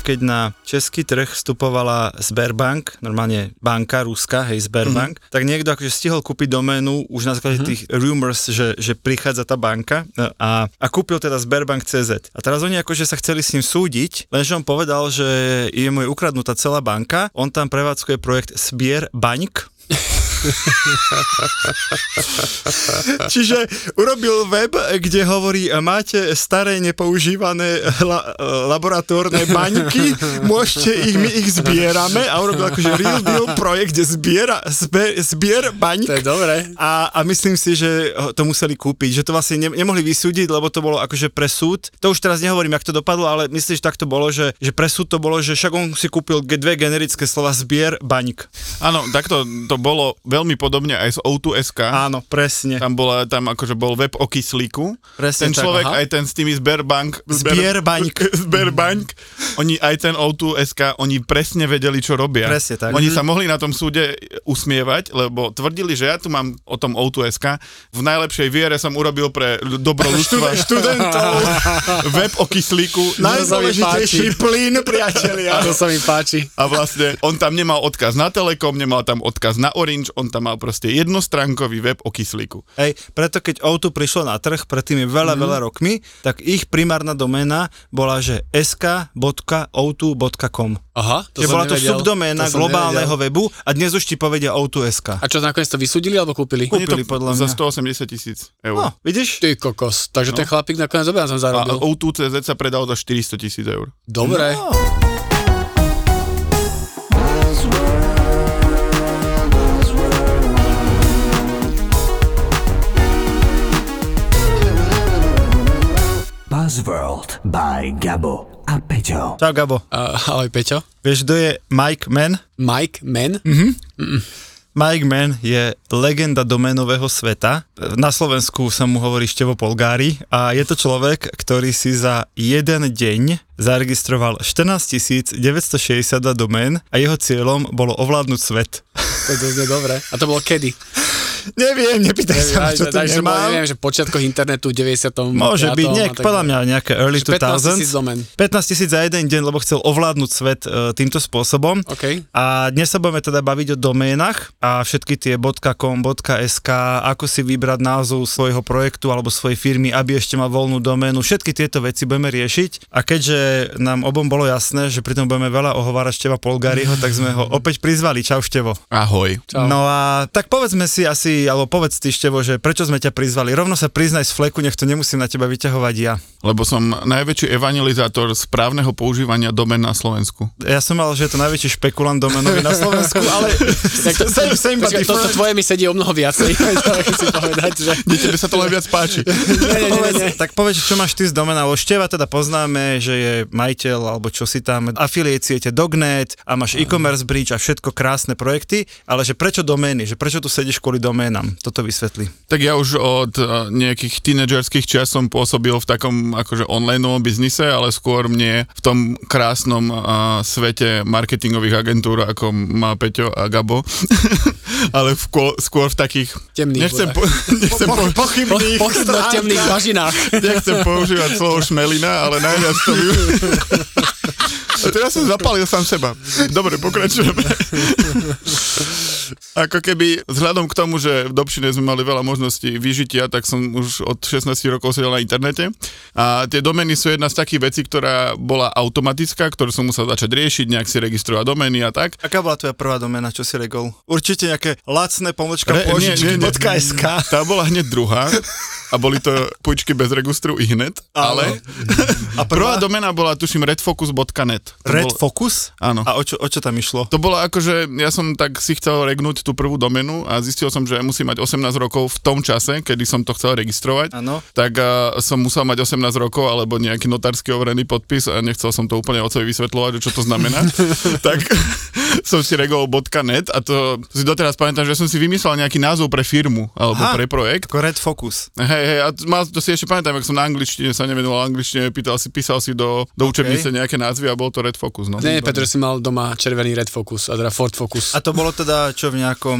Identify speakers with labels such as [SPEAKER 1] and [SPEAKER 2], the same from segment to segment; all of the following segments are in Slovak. [SPEAKER 1] keď na český trh vstupovala Sberbank, normálne banka ruska, hej, Sberbank, tak niekto akože stihol kúpiť doménu už na základe tých rumors, že, že prichádza tá banka e, a, a kúpil teda Sberbank CZ. A teraz oni akože sa chceli s ním súdiť, lenže on povedal, že je mu je ukradnutá celá banka, on tam prevádzkuje projekt Sbier Bank, Čiže urobil web, kde hovorí, máte staré nepoužívané la, laboratórne baňky, môžete ich, my ich zbierame a urobil akože real deal projekt, kde zbiera, zbe, zbier baňk.
[SPEAKER 2] To je dobré.
[SPEAKER 1] A, a myslím si, že to museli kúpiť, že to vlastne ne, nemohli vysúdiť, lebo to bolo akože pre súd. To už teraz nehovorím, jak to dopadlo, ale myslím, že tak to bolo, že, že pre súd to bolo, že však on si kúpil ge- dve generické slova zbier baňk.
[SPEAKER 3] Áno, takto to bolo veľmi podobne aj z O2SK.
[SPEAKER 1] Áno, presne.
[SPEAKER 3] Tam, bola, tam akože bol web o kyslíku.
[SPEAKER 1] Presne
[SPEAKER 3] ten
[SPEAKER 1] tak,
[SPEAKER 3] človek,
[SPEAKER 1] aha.
[SPEAKER 3] aj ten s tými Sberbank.
[SPEAKER 1] Sberbank.
[SPEAKER 3] Sberbank. Oni aj ten O2SK, oni presne vedeli, čo robia.
[SPEAKER 1] Presne tak. Mhm.
[SPEAKER 3] Oni sa mohli na tom súde usmievať, lebo tvrdili, že ja tu mám o tom O2SK. V najlepšej viere som urobil pre ľu- dobro ľudstva
[SPEAKER 1] Študentov.
[SPEAKER 3] web o kyslíku.
[SPEAKER 1] Najdôležitejší plyn, priatelia.
[SPEAKER 2] To sa mi páči.
[SPEAKER 3] A vlastne on tam nemal odkaz na Telekom, nemal tam odkaz na Orange, on tam mal proste jednostránkový web o kyslíku.
[SPEAKER 1] Hej, preto keď O2 prišlo na trh, predtým je veľa,
[SPEAKER 2] Mhm.
[SPEAKER 1] mm. veľa rokmi, tak ich primárna doména bola, že sk.o2.com.
[SPEAKER 2] Aha, to
[SPEAKER 1] Že
[SPEAKER 2] som
[SPEAKER 1] bola to
[SPEAKER 2] nevedel.
[SPEAKER 1] subdoména
[SPEAKER 2] som
[SPEAKER 1] globálneho
[SPEAKER 2] nevedel.
[SPEAKER 1] webu a dnes už ti povedia O2.sk.
[SPEAKER 2] A čo, nakoniec to vysúdili alebo kúpili?
[SPEAKER 1] Kúpili.
[SPEAKER 3] Oni to
[SPEAKER 1] podľa
[SPEAKER 3] Za
[SPEAKER 1] mňa.
[SPEAKER 3] 180 tisíc
[SPEAKER 1] No,
[SPEAKER 3] eur.
[SPEAKER 1] vidíš?
[SPEAKER 2] Ty kokos, takže
[SPEAKER 1] No.
[SPEAKER 2] ten chlapík nakoniec dobre na tom
[SPEAKER 3] A
[SPEAKER 2] zarobil.
[SPEAKER 3] O2CZ sa predal za 400 tisíc eur.
[SPEAKER 2] Dobre.
[SPEAKER 1] No.
[SPEAKER 4] Buzzworld by Gabo a Peťo.
[SPEAKER 1] Čau, Gabo.
[SPEAKER 2] A, ahoj Peťo.
[SPEAKER 1] Vieš, kto je Mike Mann?
[SPEAKER 2] Mike, men?
[SPEAKER 1] Mhm. Mike Mann je legenda doménového sveta. Na Slovensku sa mu hovorí Števo Polgári a je to človek, ktorý si za jeden deň zaregistroval 14 962 domén a jeho cieľom bolo ovládnuť svet.
[SPEAKER 2] To je dosť dobre. A to bolo kedy?
[SPEAKER 1] Neviem, nepýtaj sa, ma,
[SPEAKER 2] Neviem,
[SPEAKER 1] čo
[SPEAKER 2] aj-
[SPEAKER 1] to
[SPEAKER 2] aj- že bolo,
[SPEAKER 1] nemám.
[SPEAKER 2] neviem, že v počiatkoch internetu v 90.
[SPEAKER 1] Môže byť, niek, podľa mňa nejaké early 2000.
[SPEAKER 2] 15 tisíc domen.
[SPEAKER 1] 15 tisíc za jeden deň, lebo chcel ovládnuť svet e, týmto spôsobom.
[SPEAKER 2] OK.
[SPEAKER 1] A dnes sa budeme teda baviť o doménach a všetky tie .com, .sk, ako si vybrať názov svojho projektu alebo svojej firmy, aby ešte mal voľnú doménu. Všetky tieto veci budeme riešiť a keďže nám obom bolo jasné, že pritom budeme veľa ohovárať Števa Polgáriho, tak sme ho opäť prizvali. Čau Števo.
[SPEAKER 3] Ahoj.
[SPEAKER 2] Čau.
[SPEAKER 1] No a tak povedzme si asi, alebo povedz ty Števo, že prečo sme ťa prizvali. Rovno sa priznaj z fleku, nech to nemusím na teba vyťahovať ja.
[SPEAKER 3] Lebo som najväčší evangelizátor správneho používania domen na Slovensku.
[SPEAKER 1] Ja som mal, že je to najväčší špekulant domenový na Slovensku, ale same, same, but
[SPEAKER 2] Počkaj, toto
[SPEAKER 1] different.
[SPEAKER 2] tvoje mi sedí o mnoho viacej. to si povedať, že...
[SPEAKER 3] Nie, tebe sa to len viac páči.
[SPEAKER 2] Nie, nie, nie, nie.
[SPEAKER 1] Povedz, tak povedz, čo máš ty z domena, lebo Števa teda poznáme, že je majiteľ alebo čo si tam, afiliét siete Dognet a máš e-commerce bridge a všetko krásne projekty, ale že prečo domény, že prečo tu sedíš kvôli doménam, toto vysvetli.
[SPEAKER 3] Tak ja už od eh, nejakých tínedžerských čias som pôsobil v takom akože online biznise, ale skôr mne v tom krásnom eh, svete marketingových agentúr, ako má Peťo a Gabo, ale v, ko- skôr v takých...
[SPEAKER 2] Temných
[SPEAKER 3] nechcem, po, nechcem, po, po,
[SPEAKER 2] Po, pochybno v temných bažinách.
[SPEAKER 3] nechcem používať slovo šmelina, ale najviac to... vy- A teraz som zapálil sám seba. Dobre, pokračujeme. Ako keby, vzhľadom k tomu, že v Dobšine sme mali veľa možností vyžitia, tak som už od 16 rokov sedel na internete. A tie domény sú jedna z takých vecí, ktorá bola automatická, ktorú som musel začať riešiť, nejak si registrovať domény a tak.
[SPEAKER 1] Aká bola tvoja prvá doména, čo si regol? Určite nejaké lacné pomočka
[SPEAKER 3] Re- nie, nie,
[SPEAKER 1] požičky
[SPEAKER 3] nie.
[SPEAKER 1] .sk.
[SPEAKER 3] Tá bola hneď druhá a boli to pôjčky bez registru i hned, ale... A prvá domena bola, tuším, redfocus.net. Focus. To
[SPEAKER 1] Red
[SPEAKER 3] bolo-
[SPEAKER 1] Focus?
[SPEAKER 3] Áno.
[SPEAKER 1] A o čo, o čo tam išlo?
[SPEAKER 3] To bolo ako, že ja som tak si chcel regnúť tú prvú domenu a zistil som, že musím mať 18 rokov v tom čase, kedy som to chcel registrovať.
[SPEAKER 1] Áno.
[SPEAKER 3] Tak a, som musel mať 18 rokov alebo nejaký notársky overený podpis a nechcel som to úplne ocovi vysvetľovať, že čo to znamená. tak som si regol .net a to si doteraz pamätám, že som si vymyslel nejaký názov pre firmu alebo
[SPEAKER 1] Aha.
[SPEAKER 3] pre projekt.
[SPEAKER 1] Ako Red Focus.
[SPEAKER 3] Hej, hej, a t- mal, to si ešte pamätám, ak som na angličtine sa nevenoval angličtine, pýtal si, písal si do, do učebnice nejaké názvy a bol to Red Focus, no.
[SPEAKER 2] Nie, nie, Petr si mal doma červený Red Focus, a teda Ford Focus.
[SPEAKER 1] A to bolo teda čo v nejakom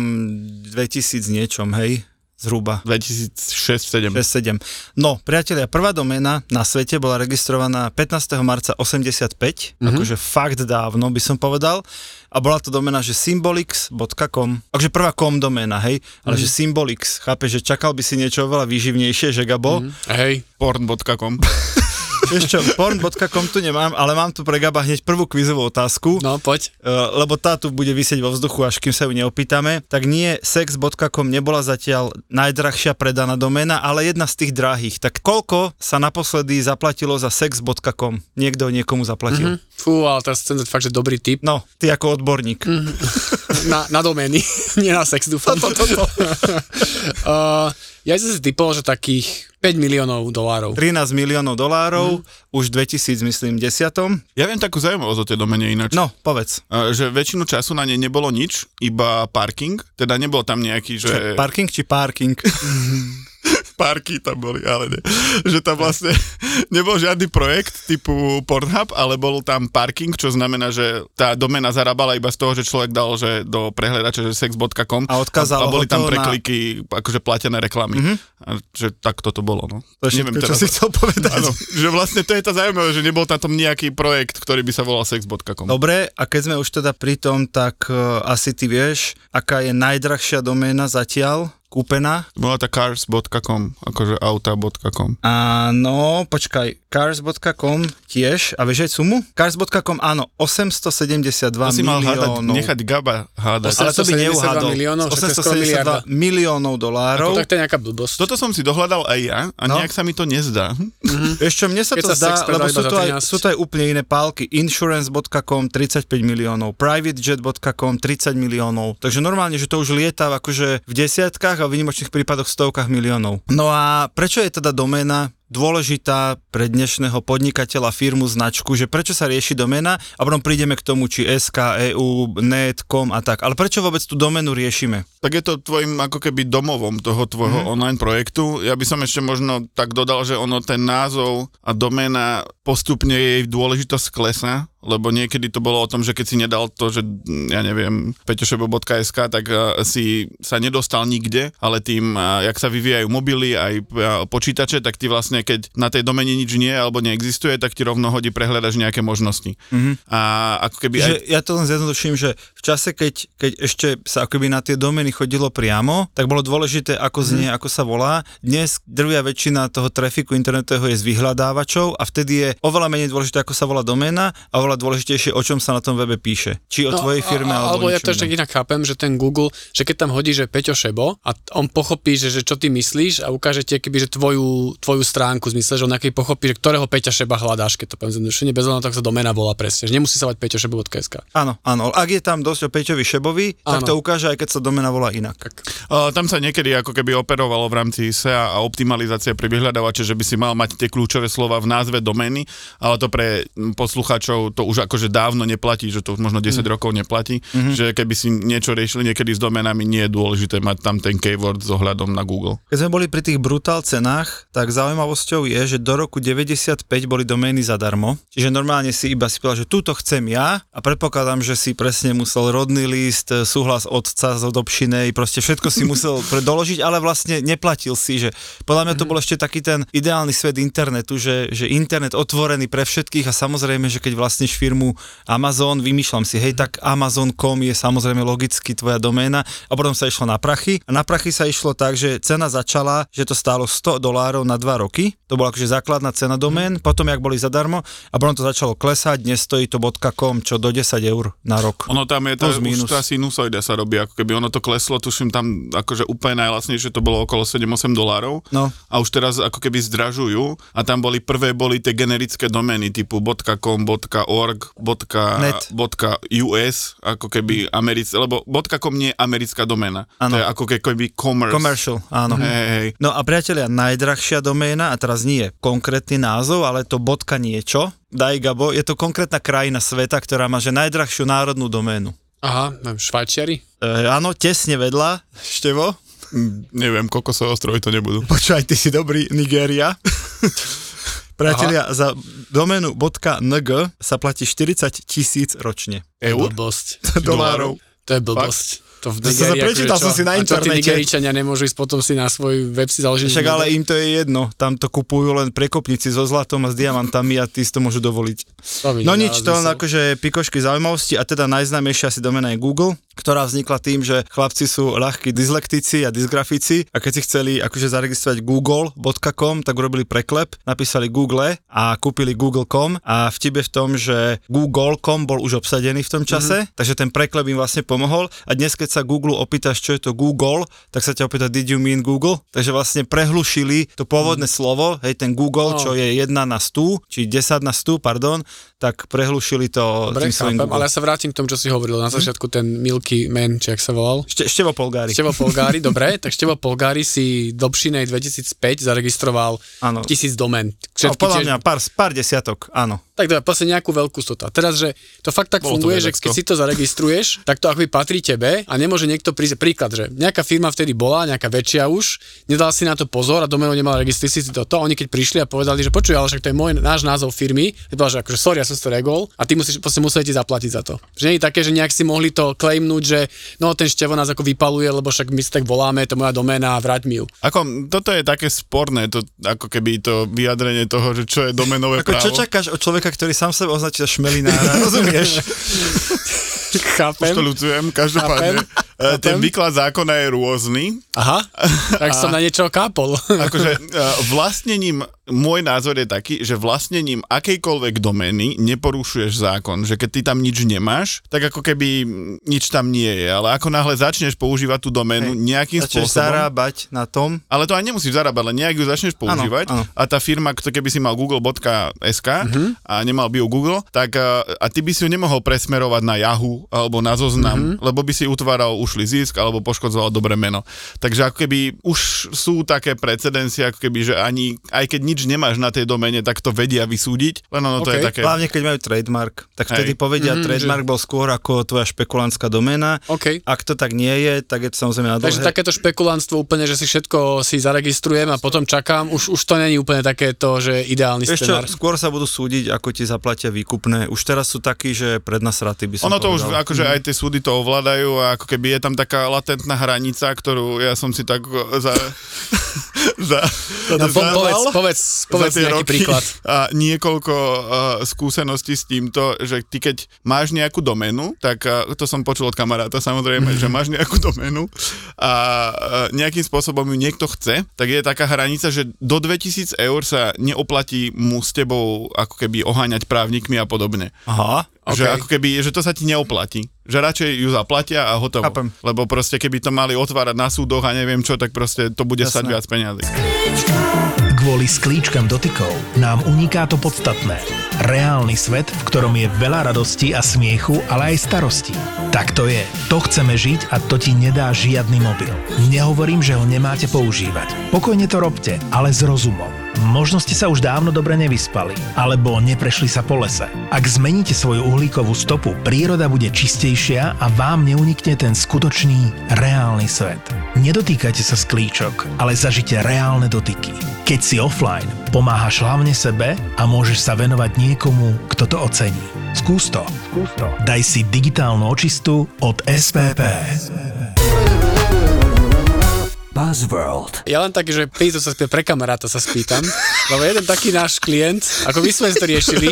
[SPEAKER 1] 2000 niečom, hej? Zhruba.
[SPEAKER 3] 2006-2007.
[SPEAKER 1] 6-7. No, priatelia, prvá doména na svete bola registrovaná 15. marca 85, mm-hmm. akože fakt dávno by som povedal. A bola to doména, že symbolics.com, takže prvá com doména, hej, ale mm-hmm. že symbolics, chápeš, že čakal by si niečo oveľa výživnejšie, že Gabo,
[SPEAKER 2] Mhm.
[SPEAKER 1] mm-hmm.
[SPEAKER 2] Hej,
[SPEAKER 3] Porn.com.
[SPEAKER 1] vieš čo, porn.com tu nemám, ale mám tu pre Gaba hneď prvú kvízovú otázku.
[SPEAKER 2] no poď.
[SPEAKER 1] Eh, lebo tá tu bude vysieť vo vzduchu, až kým sa ju neopýtame, tak nie, sex.com nebola zatiaľ najdrahšia predaná doména, ale jedna z tých drahých. Tak koľko sa naposledy zaplatilo za sex.com? Niekto niekomu
[SPEAKER 2] Mhm.
[SPEAKER 1] zaplatil. Mm-hmm.
[SPEAKER 2] Fú, ale teraz chcem dať fakt, že dobrý tip
[SPEAKER 1] No, ty ako odborník. Mm.
[SPEAKER 2] na, na domény, nie na sex, dúfam. To, to, to. uh, ja som si typoval, že takých 5 miliónov dolárov.
[SPEAKER 1] 13 miliónov dolárov, mm. už 2000, myslím, desiatom.
[SPEAKER 3] Ja viem takú zaujímavosť o tej domene ináč.
[SPEAKER 1] No, povedz.
[SPEAKER 3] E, Že väčšinu času na nej nebolo nič, iba parking. Teda nebol tam nejaký, že...
[SPEAKER 1] Čo, parking či parking?
[SPEAKER 3] parky tam boli, ale ne. Že tam vlastne nebol žiadny projekt typu Pornhub, ale bol tam parking, čo znamená, že tá domena zarábala iba z toho, že človek dal že do prehľadača, že sex.com
[SPEAKER 1] A odkázalo
[SPEAKER 3] a, a boli
[SPEAKER 1] ho to
[SPEAKER 3] tam
[SPEAKER 1] na- Mhm.
[SPEAKER 3] prekliky, akože platené reklamy. Mm-hmm. A, že tak toto bolo, no.
[SPEAKER 1] To je všetko, čo si chcel povedať.
[SPEAKER 3] Áno, že vlastne to je tá zaujímavé, že nebol tam nejaký projekt, ktorý by sa volal sex.com.
[SPEAKER 1] Dobre, a keď sme už teda pri tom, tak uh, asi ty vieš, aká je najdrahšia doména zatiaľ kúpená?
[SPEAKER 3] Bola tá cars.com, akože auta.com.
[SPEAKER 1] Áno, no, počkaj, cars.com tiež, a vieš aj sumu? Cars.com, áno, 872
[SPEAKER 3] To si mal hádať,
[SPEAKER 1] miliónov.
[SPEAKER 3] nechať Gaba hádať.
[SPEAKER 1] ale to by
[SPEAKER 2] 872
[SPEAKER 1] neuhádol.
[SPEAKER 2] miliónov, však to je skoro miliarda.
[SPEAKER 1] 872 miliónov dolárov.
[SPEAKER 2] Tak to je nejaká blbosť.
[SPEAKER 3] Toto som si dohľadal aj ja a
[SPEAKER 1] No.
[SPEAKER 3] no. nejak sa mi to nezdá.
[SPEAKER 1] Ešte mne sa
[SPEAKER 2] Mhm. Keď
[SPEAKER 1] to
[SPEAKER 2] sa sex
[SPEAKER 1] zdá, lebo
[SPEAKER 2] predá iba
[SPEAKER 1] sú
[SPEAKER 2] za
[SPEAKER 1] to, aj,
[SPEAKER 2] 13.
[SPEAKER 1] sú to aj úplne iné pálky. Insurance.com 35 miliónov, privatejet.com 30 miliónov. Takže normálne, že to už lieta akože v desiatkách a v výnimočných prípadoch stovkách miliónov. No a prečo je teda doména dôležitá pre dnešného podnikateľa firmu značku, že prečo sa rieši doména a potom prídeme k tomu, či SK, EU, net, com a tak. Ale prečo vôbec tú doménu riešime?
[SPEAKER 3] Tak je to tvojim ako keby domovom toho tvojho mm-hmm. online projektu. Ja by som ešte možno tak dodal, že ono ten názov a doména postupne jej dôležitosť klesá, lebo niekedy to bolo o tom, že keď si nedal to, že mm, ja neviem, peťošebo.sk, tak eh, si sa nedostal nikde, ale tým, eh, jak sa vyvíjajú mobily aj eh, počítače, tak ty vlastne, keď na tej domene nič nie alebo neexistuje, tak ti rovno hodí prehľadaš nejaké možnosti. Mm-hmm. A ako keby aj
[SPEAKER 1] Že ja to len zjednoduším, že v čase, keď, keď ešte sa akoby na tie domény chodilo priamo, tak bolo dôležité,
[SPEAKER 2] Mhm.
[SPEAKER 1] ako znie, ako sa volá. Dnes drvia väčšina toho trafiku internetového je z vyhľadávačov a vtedy je oveľa menej dôležité, ako sa volá doména a oveľa dôležitejšie, o čom sa na tom webe píše. Či o tvojej firme
[SPEAKER 2] No, a-
[SPEAKER 1] alebo,
[SPEAKER 2] alebo ja
[SPEAKER 1] niečom
[SPEAKER 2] to ešte
[SPEAKER 1] inom.
[SPEAKER 2] inak chápem, že ten Google, že keď tam hodí, že Peťo Šebo a t- on pochopí, že, že čo ty myslíš a ukáže ti keby, že tvoju, tvoju stránku, v zmysle, že on aký pochopí, že ktorého Peťa Šeba hľadáš, keď to poviem zjednodušene, bez hľadu, na to, ako sa domena volá presne, že nemusí sa mať peťošebo.sk.
[SPEAKER 1] Áno, áno. Ak je tam dosť o Peťovi Šebovi, tak
[SPEAKER 2] Áno.
[SPEAKER 1] to ukáže, aj keď sa domena volá inak.
[SPEAKER 3] Uh, tam sa niekedy ako keby operovalo v rámci SEA a optimalizácie pri vyhľadávače, že by si mal mať tie kľúčové slova v názve domény, ale to pre mm, poslucháčov to už akože dávno neplatí, že to už možno 10 mm. rokov neplatí, mm-hmm. že keby si niečo riešili niekedy s domenami, nie je dôležité mať tam ten keyword s ohľadom na Google.
[SPEAKER 1] Keď sme boli pri tých brutál cenách, tak zaujímavosťou je, že do roku 95 boli domény zadarmo. Čiže normálne si iba si povedal, že túto chcem ja a predpokladám, že si presne musel rodný list, e, súhlas otca z odobšinej, proste všetko si musel predoložiť, ale vlastne neplatil si, že podľa mňa to bol ešte taký ten ideálny svet internetu, že, že internet otvorený pre všetkých a samozrejme, že keď vlastníš firmu Amazon, vymýšľam si, hej, tak Amazon.com je samozrejme logicky tvoja doména a potom sa išlo na prachy a na prachy sa išlo tak, že cena začala, že to stálo 100 dolárov na 2 roky roky. To bola akože základná cena domén, potom jak boli zadarmo a potom to začalo klesať, dnes stojí to .com, čo do 10 eur na rok.
[SPEAKER 3] Ono tam je, tá,
[SPEAKER 1] Plus,
[SPEAKER 3] už
[SPEAKER 1] minus.
[SPEAKER 3] tá sinusoida sa robí, ako keby ono to kleslo, tuším tam akože úplne najlasnejšie to bolo okolo 7-8 dolárov
[SPEAKER 1] No.
[SPEAKER 3] a už teraz ako keby zdražujú a tam boli prvé boli tie generické domény typu .com, .org,
[SPEAKER 1] Net.
[SPEAKER 3] .us, ako keby americké, lebo .com nie je americká doména,
[SPEAKER 1] Áno.
[SPEAKER 3] to je ako keby commerce.
[SPEAKER 1] Commercial, áno.
[SPEAKER 3] Hej, hej.
[SPEAKER 1] No a priatelia, najdrahšia doména, a teraz nie je konkrétny názov, ale to bodka niečo, daj Gabo, je to konkrétna krajina sveta, ktorá má že najdrahšiu národnú doménu.
[SPEAKER 2] Aha, neviem, Švajčiari?
[SPEAKER 1] E, áno, tesne vedľa, Števo.
[SPEAKER 3] Neviem, kokosové ostrovy to nebudú.
[SPEAKER 1] Počkaj, ty si dobrý, Nigéria. Priatelia, Aha. za doménu .ng sa platí 40 tisíc ročne.
[SPEAKER 3] Eur?
[SPEAKER 2] Blbosť.
[SPEAKER 3] Dolárov.
[SPEAKER 2] To je blbosť. To v
[SPEAKER 1] To som sa
[SPEAKER 2] Nigérii,
[SPEAKER 1] prečítal
[SPEAKER 2] akože
[SPEAKER 1] som
[SPEAKER 2] čo?
[SPEAKER 1] si na
[SPEAKER 2] A čo tí
[SPEAKER 1] internete.
[SPEAKER 2] Nigeričania nemôžu ísť potom si na svoj web si založiť?
[SPEAKER 1] Však ale im to je jedno, tam to kupujú len prekopníci so zlatom a s diamantami a tí si to môžu dovoliť.
[SPEAKER 2] To mi
[SPEAKER 1] No
[SPEAKER 2] nedáva
[SPEAKER 1] nič, to len
[SPEAKER 2] zmysel.
[SPEAKER 1] akože pikošky zaujímavosti a teda najznámejšia asi domena je Google, ktorá vznikla tým, že chlapci sú ľahkí dyslektici a dysgrafici a keď si chceli akože zaregistrovať google.com, tak urobili preklep, napísali Google a kúpili google.com a vtip je v tom, že google.com bol už obsadený v tom čase, mm-hmm. takže ten preklep im vlastne pomohol a dnes keď sa Google opýtaš, čo je to Google, tak sa ťa opýta, did you mean Google? Takže vlastne prehlušili to pôvodné slovo, hej, ten Google,
[SPEAKER 2] No.
[SPEAKER 1] čo je 1 na 100, či 10 na 100, pardon, tak prehlušili to
[SPEAKER 2] Dobre,
[SPEAKER 1] tým svojim Mhm.
[SPEAKER 2] chápem, ale
[SPEAKER 1] Google.
[SPEAKER 2] ja sa vrátim k tomu, čo si hovoril na začiatku, ten Milky Man, či ak sa volal.
[SPEAKER 1] Ešte, Števo Polgári.
[SPEAKER 2] Števo Polgári, dobre, tak Števo Polgári si do Pšinej 2005 zaregistroval
[SPEAKER 1] Áno.
[SPEAKER 2] tisíc domén.
[SPEAKER 1] No,
[SPEAKER 2] Všetky
[SPEAKER 1] podľa
[SPEAKER 2] tiež-
[SPEAKER 1] mňa pár, pár desiatok, áno.
[SPEAKER 2] Tak to je vlastne nejakú veľkú stota. Teraz, že to fakt tak
[SPEAKER 3] Bolo to
[SPEAKER 2] funguje, že
[SPEAKER 3] vedecko.
[SPEAKER 2] keď si to zaregistruješ, tak to akoby patrí tebe a nemôže niekto prísť. Príklad, že nejaká firma vtedy bola, nejaká väčšia už, nedal si na to pozor a domeno nemal registriť si toto. A Oni keď prišli a povedali, že počuj, ale však to je môj, náš názov firmy, povedal, že akože sorry, ja som si to regol a ty musíš, proste musíte zaplatiť za to. Že nie je také, že nejak si mohli to claimnúť, že no ten števo nás ako vypaluje, lebo však my si tak voláme, to je moja doména, vráť mi ju.
[SPEAKER 3] Ako, toto je také sporné, to, ako keby to vyjadrenie toho, že čo je domenové
[SPEAKER 1] Ako,
[SPEAKER 3] právo.
[SPEAKER 1] čo čakáš od človeka, ktorý sám sebe označí za šmelinára, rozumieš?
[SPEAKER 3] Už
[SPEAKER 2] Chápem.
[SPEAKER 3] to ľutujem, každopádne.
[SPEAKER 2] Chápem,
[SPEAKER 3] e, Ten
[SPEAKER 2] chápem.
[SPEAKER 3] výklad zákona je rôzny.
[SPEAKER 2] Aha, tak som na niečo kápol.
[SPEAKER 3] Akože e, vlastnením, môj názor je taký, že vlastnením akejkoľvek domény neporušuješ zákon, že keď ty tam nič nemáš, tak ako keby nič tam nie je, ale ako náhle začneš používať tú doménu nejakým
[SPEAKER 1] Začneš
[SPEAKER 3] spôsobom,
[SPEAKER 1] zarábať na tom.
[SPEAKER 3] ale to aj nemusíš zarábať, len nejak ju začneš používať
[SPEAKER 1] áno. Mhm.
[SPEAKER 3] a tá firma, kto keby si mal google.sk a nemal by ju Google, tak a, a ty by si ju nemohol presmerovať na Yahoo alebo na
[SPEAKER 1] Mhm.
[SPEAKER 3] Zoznam, lebo by si utváral ušli zisk alebo poškodzoval dobré meno. Takže ako keby už sú také precedencie, ako keby, že ani, aj keď nič nemáš na tej domene, tak to vedia vysúdiť, len ono to je
[SPEAKER 2] Okej.
[SPEAKER 3] také...
[SPEAKER 1] Hlavne keď majú trademark, tak vtedy
[SPEAKER 3] Hej. Mhm,
[SPEAKER 1] povedia, trademark bol skôr ako tvoja špekulánska doména.
[SPEAKER 2] OK.
[SPEAKER 1] Ak to tak nie je, tak je to samozrejme na dlhé.
[SPEAKER 2] Takže takéto špekulantstvo úplne, že si všetko si zaregistrujem a potom čakám, už, už to není úplne takéto, že ideálny
[SPEAKER 1] Vieš čo,
[SPEAKER 2] scenár.
[SPEAKER 1] skôr sa budú súdiť, ako ti zaplatia výkupné. Už teraz sú takí, že prednasraty by som
[SPEAKER 3] Ono to už,
[SPEAKER 1] povedal.
[SPEAKER 3] akože aj tie súdy to ovládajú a ako keby je tam taká latentná hranica, ktorú ja som si tak eh, za... za
[SPEAKER 2] No, po,
[SPEAKER 3] za-
[SPEAKER 2] povedz, povedz,
[SPEAKER 3] za
[SPEAKER 2] povedz
[SPEAKER 3] tie
[SPEAKER 2] nejaký
[SPEAKER 3] roky
[SPEAKER 2] príklad.
[SPEAKER 3] A niekoľko uh, skúseností s týmto, že ty keď máš nejakú doménu, tak uh, to som počul od kamaráta samozrejme, že máš nejakú doménu a uh, nejakým spôsobom ju niekto chce, tak je taká hranica, že do 2000 eur sa neoplatí mu s tebou ako keby oháňať právnikmi a podobne.
[SPEAKER 1] Hm. Aha.
[SPEAKER 3] Okay. Že
[SPEAKER 2] OK.
[SPEAKER 3] ako keby, že to sa ti neoplatí. Že radšej ju zaplatia a hotovo.
[SPEAKER 1] Chápem.
[SPEAKER 3] Lebo proste keby to mali otvárať na súdoch a neviem čo, tak proste to bude stať
[SPEAKER 1] Jasné.
[SPEAKER 3] viac peniazy.
[SPEAKER 5] Kvôli sklíčkam dotykov nám uniká to podstatné. Reálny svet, v ktorom je veľa radosti a smiechu, ale aj starosti. Tak to je. To chceme žiť a to ti nedá žiadny mobil. Nehovorím, že ho nemáte používať. Pokojne to robte, ale s rozumom. Možno ste sa už dávno dobre nevyspali, alebo neprešli sa po lese. Ak zmeníte svoju uhlíkovú stopu, príroda bude čistejšia a vám neunikne ten skutočný, reálny svet. Nedotýkajte sa sklíčok, ale zažite reálne dotyky. Keď si offline, pomáhaš hlavne sebe a môžeš sa venovať niekomu, kto to ocení. Skús to. Skús to. Daj si digitálnu očistu od SPP.
[SPEAKER 4] Buzzworld.
[SPEAKER 2] Ja len taký, že prídu sa spýtam, pre kamaráta sa spýtam, lebo jeden taký náš klient, ako my sme si to riešili,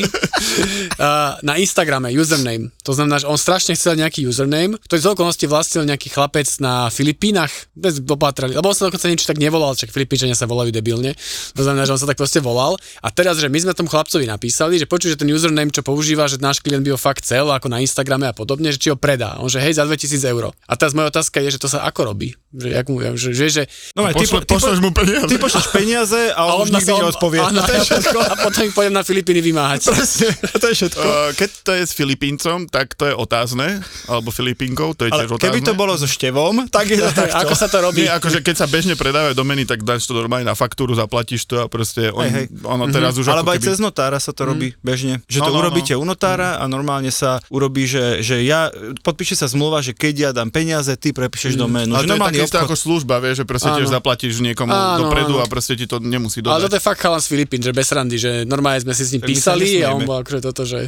[SPEAKER 2] Uh, na Instagrame username. To znamená, že on strašne chcel nejaký username, ktorý z okolnosti vlastnil nejaký chlapec na Filipínach. Bez dopátrali, lebo on sa dokonca niečo tak nevolal, však Filipínčania sa volajú debilne. To znamená, že on sa tak proste volal. A teraz, že my sme tom chlapcovi napísali, že počuj, že ten username, čo používa, že náš klient by ho fakt chcel, ako na Instagrame a podobne, že či ho predá. On že hej, za 2000 eur. A teraz moja otázka je, že to sa ako robí? Že, jak mu, že, že, že
[SPEAKER 1] No, aj, ty,
[SPEAKER 3] Pošle,
[SPEAKER 1] po- ty,
[SPEAKER 3] pošleš
[SPEAKER 1] po-
[SPEAKER 3] mu peniaze.
[SPEAKER 1] ty pošleš peniaze a on, už nikdy
[SPEAKER 2] zase-
[SPEAKER 1] neodpovie.
[SPEAKER 2] Áno,
[SPEAKER 1] to je všetko.
[SPEAKER 2] A potom ich pôjdem na Filipíny vymáhať.
[SPEAKER 1] Presne, to je všetko.
[SPEAKER 3] Uh, keď to je s Filipíncom, tak to je otázne, alebo Filipínkou, to je
[SPEAKER 1] Ale
[SPEAKER 3] tiež otázne.
[SPEAKER 1] keby to bolo so števom, tak je to takto.
[SPEAKER 2] Ako sa to robí?
[SPEAKER 3] Nie, akože keď sa bežne predávajú domeny, tak dáš to normálne na faktúru, zaplatíš to a proste on,
[SPEAKER 1] Hej, hej.
[SPEAKER 3] ono teraz už
[SPEAKER 1] Mhm. Alebo
[SPEAKER 3] ako
[SPEAKER 1] aj
[SPEAKER 3] keby...
[SPEAKER 1] cez notára sa to robí bežne. Že
[SPEAKER 3] No,
[SPEAKER 1] to
[SPEAKER 3] no, no.
[SPEAKER 1] urobíte u notára a normálne sa urobí, že, že ja, podpíše sa zmluva, že keď ja dám peniaze, ty prepíšeš doménu.
[SPEAKER 3] Mhm. ale
[SPEAKER 1] Že
[SPEAKER 3] to No, je
[SPEAKER 1] normálny
[SPEAKER 3] takisto
[SPEAKER 1] obchod.
[SPEAKER 3] ako služba, vieš, že proste tiež
[SPEAKER 2] Áno.
[SPEAKER 3] zaplatíš niekomu
[SPEAKER 2] Áno,
[SPEAKER 3] dopredu a
[SPEAKER 2] áno.
[SPEAKER 3] proste ti to nemusí
[SPEAKER 2] Ale toto
[SPEAKER 3] dodať.
[SPEAKER 2] je fakt chalan z Filipín, že bez randy, že normálne sme si s ním
[SPEAKER 1] Tak my sa
[SPEAKER 2] písali a on
[SPEAKER 1] nesmieme.
[SPEAKER 2] bol akože toto, že...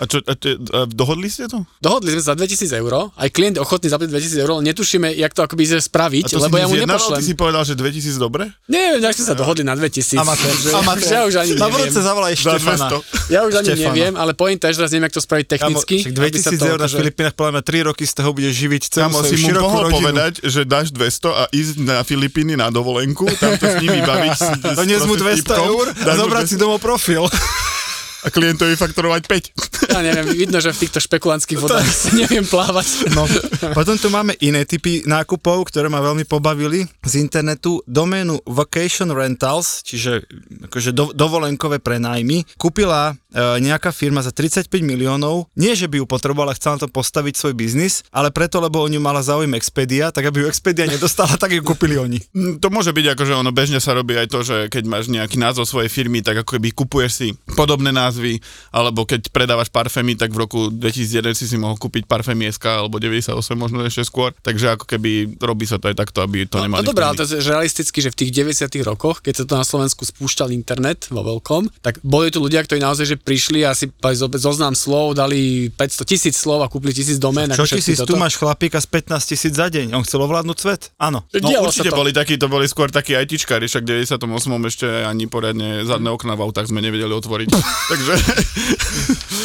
[SPEAKER 3] A, čo, a, čo, a dohodli ste to?
[SPEAKER 2] Dohodli sme sa za 2000 eur, aj klient je ochotný zaplatiť 2000 eur, ale netušíme, jak to akoby ide spraviť,
[SPEAKER 3] A to
[SPEAKER 2] lebo
[SPEAKER 3] si
[SPEAKER 2] ja mu
[SPEAKER 3] nezjednával? Ty si
[SPEAKER 2] nepošlem.
[SPEAKER 3] povedal, že 2000 dobre?
[SPEAKER 2] Nie, nejak sme sa dohodli na 2000.
[SPEAKER 1] No. Amatér.
[SPEAKER 2] že-
[SPEAKER 1] Amatér.
[SPEAKER 2] že Ja už ani
[SPEAKER 1] Na budúce
[SPEAKER 2] neviem.
[SPEAKER 1] zavolaj
[SPEAKER 3] Za
[SPEAKER 1] Štefana.
[SPEAKER 3] 200.
[SPEAKER 2] Ja už ani
[SPEAKER 1] Štefana.
[SPEAKER 2] neviem, ale pointa je, že teraz neviem, jak to spraviť
[SPEAKER 1] Kamo,
[SPEAKER 2] technicky.
[SPEAKER 1] však
[SPEAKER 2] aby sa
[SPEAKER 1] 2000
[SPEAKER 2] to
[SPEAKER 1] eur na
[SPEAKER 2] akože-
[SPEAKER 1] Filipínach, podľa mňa 3 roky z toho budeš živiť celú
[SPEAKER 3] Kamo,
[SPEAKER 1] svoju
[SPEAKER 3] si mu
[SPEAKER 1] širokú
[SPEAKER 3] mohol
[SPEAKER 1] rodinu.
[SPEAKER 3] povedať, že dáš 200 a ísť na Filipíny na dovolenku, tam to s nimi baviť. s- s-
[SPEAKER 1] To nie mu 200
[SPEAKER 3] proste typkom,
[SPEAKER 1] eur a
[SPEAKER 3] dáš mu
[SPEAKER 1] zobrať si
[SPEAKER 3] 200
[SPEAKER 1] domov profil.
[SPEAKER 3] a klientovi fakturovať 5.
[SPEAKER 2] Ja neviem, vidno, že v týchto špekulantských vodách si neviem plávať.
[SPEAKER 1] No. Potom tu máme iné typy nákupov, ktoré ma veľmi pobavili z internetu. Doménu Vacation Rentals, čiže akože do, dovolenkové prenájmy, kúpila e, nejaká firma za 35 miliónov. Nie, že by ju potrebovala, chcela na to postaviť svoj biznis, ale preto, lebo o ňu mala záujem Expedia, tak aby ju Expedia nedostala, tak ju kúpili oni.
[SPEAKER 3] Mm, To môže byť ako, že ono bežne sa robí aj to, že keď máš nejaký názov svojej firmy, tak ako keby kupuješ si podobné názvy, alebo keď predávaš parfémy, tak v roku 2001 si si mohol kúpiť parfémieska, alebo 98 možno ešte skôr, takže ako keby robí sa to aj takto, aby to nemali.
[SPEAKER 2] No dobrá, ale
[SPEAKER 3] vtedy.
[SPEAKER 2] to je že realisticky, že v tých 90 rokoch, keď sa to na Slovensku spúšťal internet vo veľkom, tak boli tu ľudia, ktorí naozaj že prišli a si dali zo- zoznam slov, dali 500 tisíc slov a kúpili tisíc domén.
[SPEAKER 1] Čo
[SPEAKER 2] ako všetky
[SPEAKER 1] tisíc, tu
[SPEAKER 2] toto.
[SPEAKER 1] máš chlapíka z 15 tisíc za deň, on chcel ovládnuť svet? Áno.
[SPEAKER 2] Že
[SPEAKER 3] No
[SPEAKER 2] dialo sa
[SPEAKER 3] určite
[SPEAKER 2] to.
[SPEAKER 3] boli takí, to boli skôr takí ITčkári, však v 98. ešte ani poriadne zadné okna v autách sme nevedeli otvoriť. Takže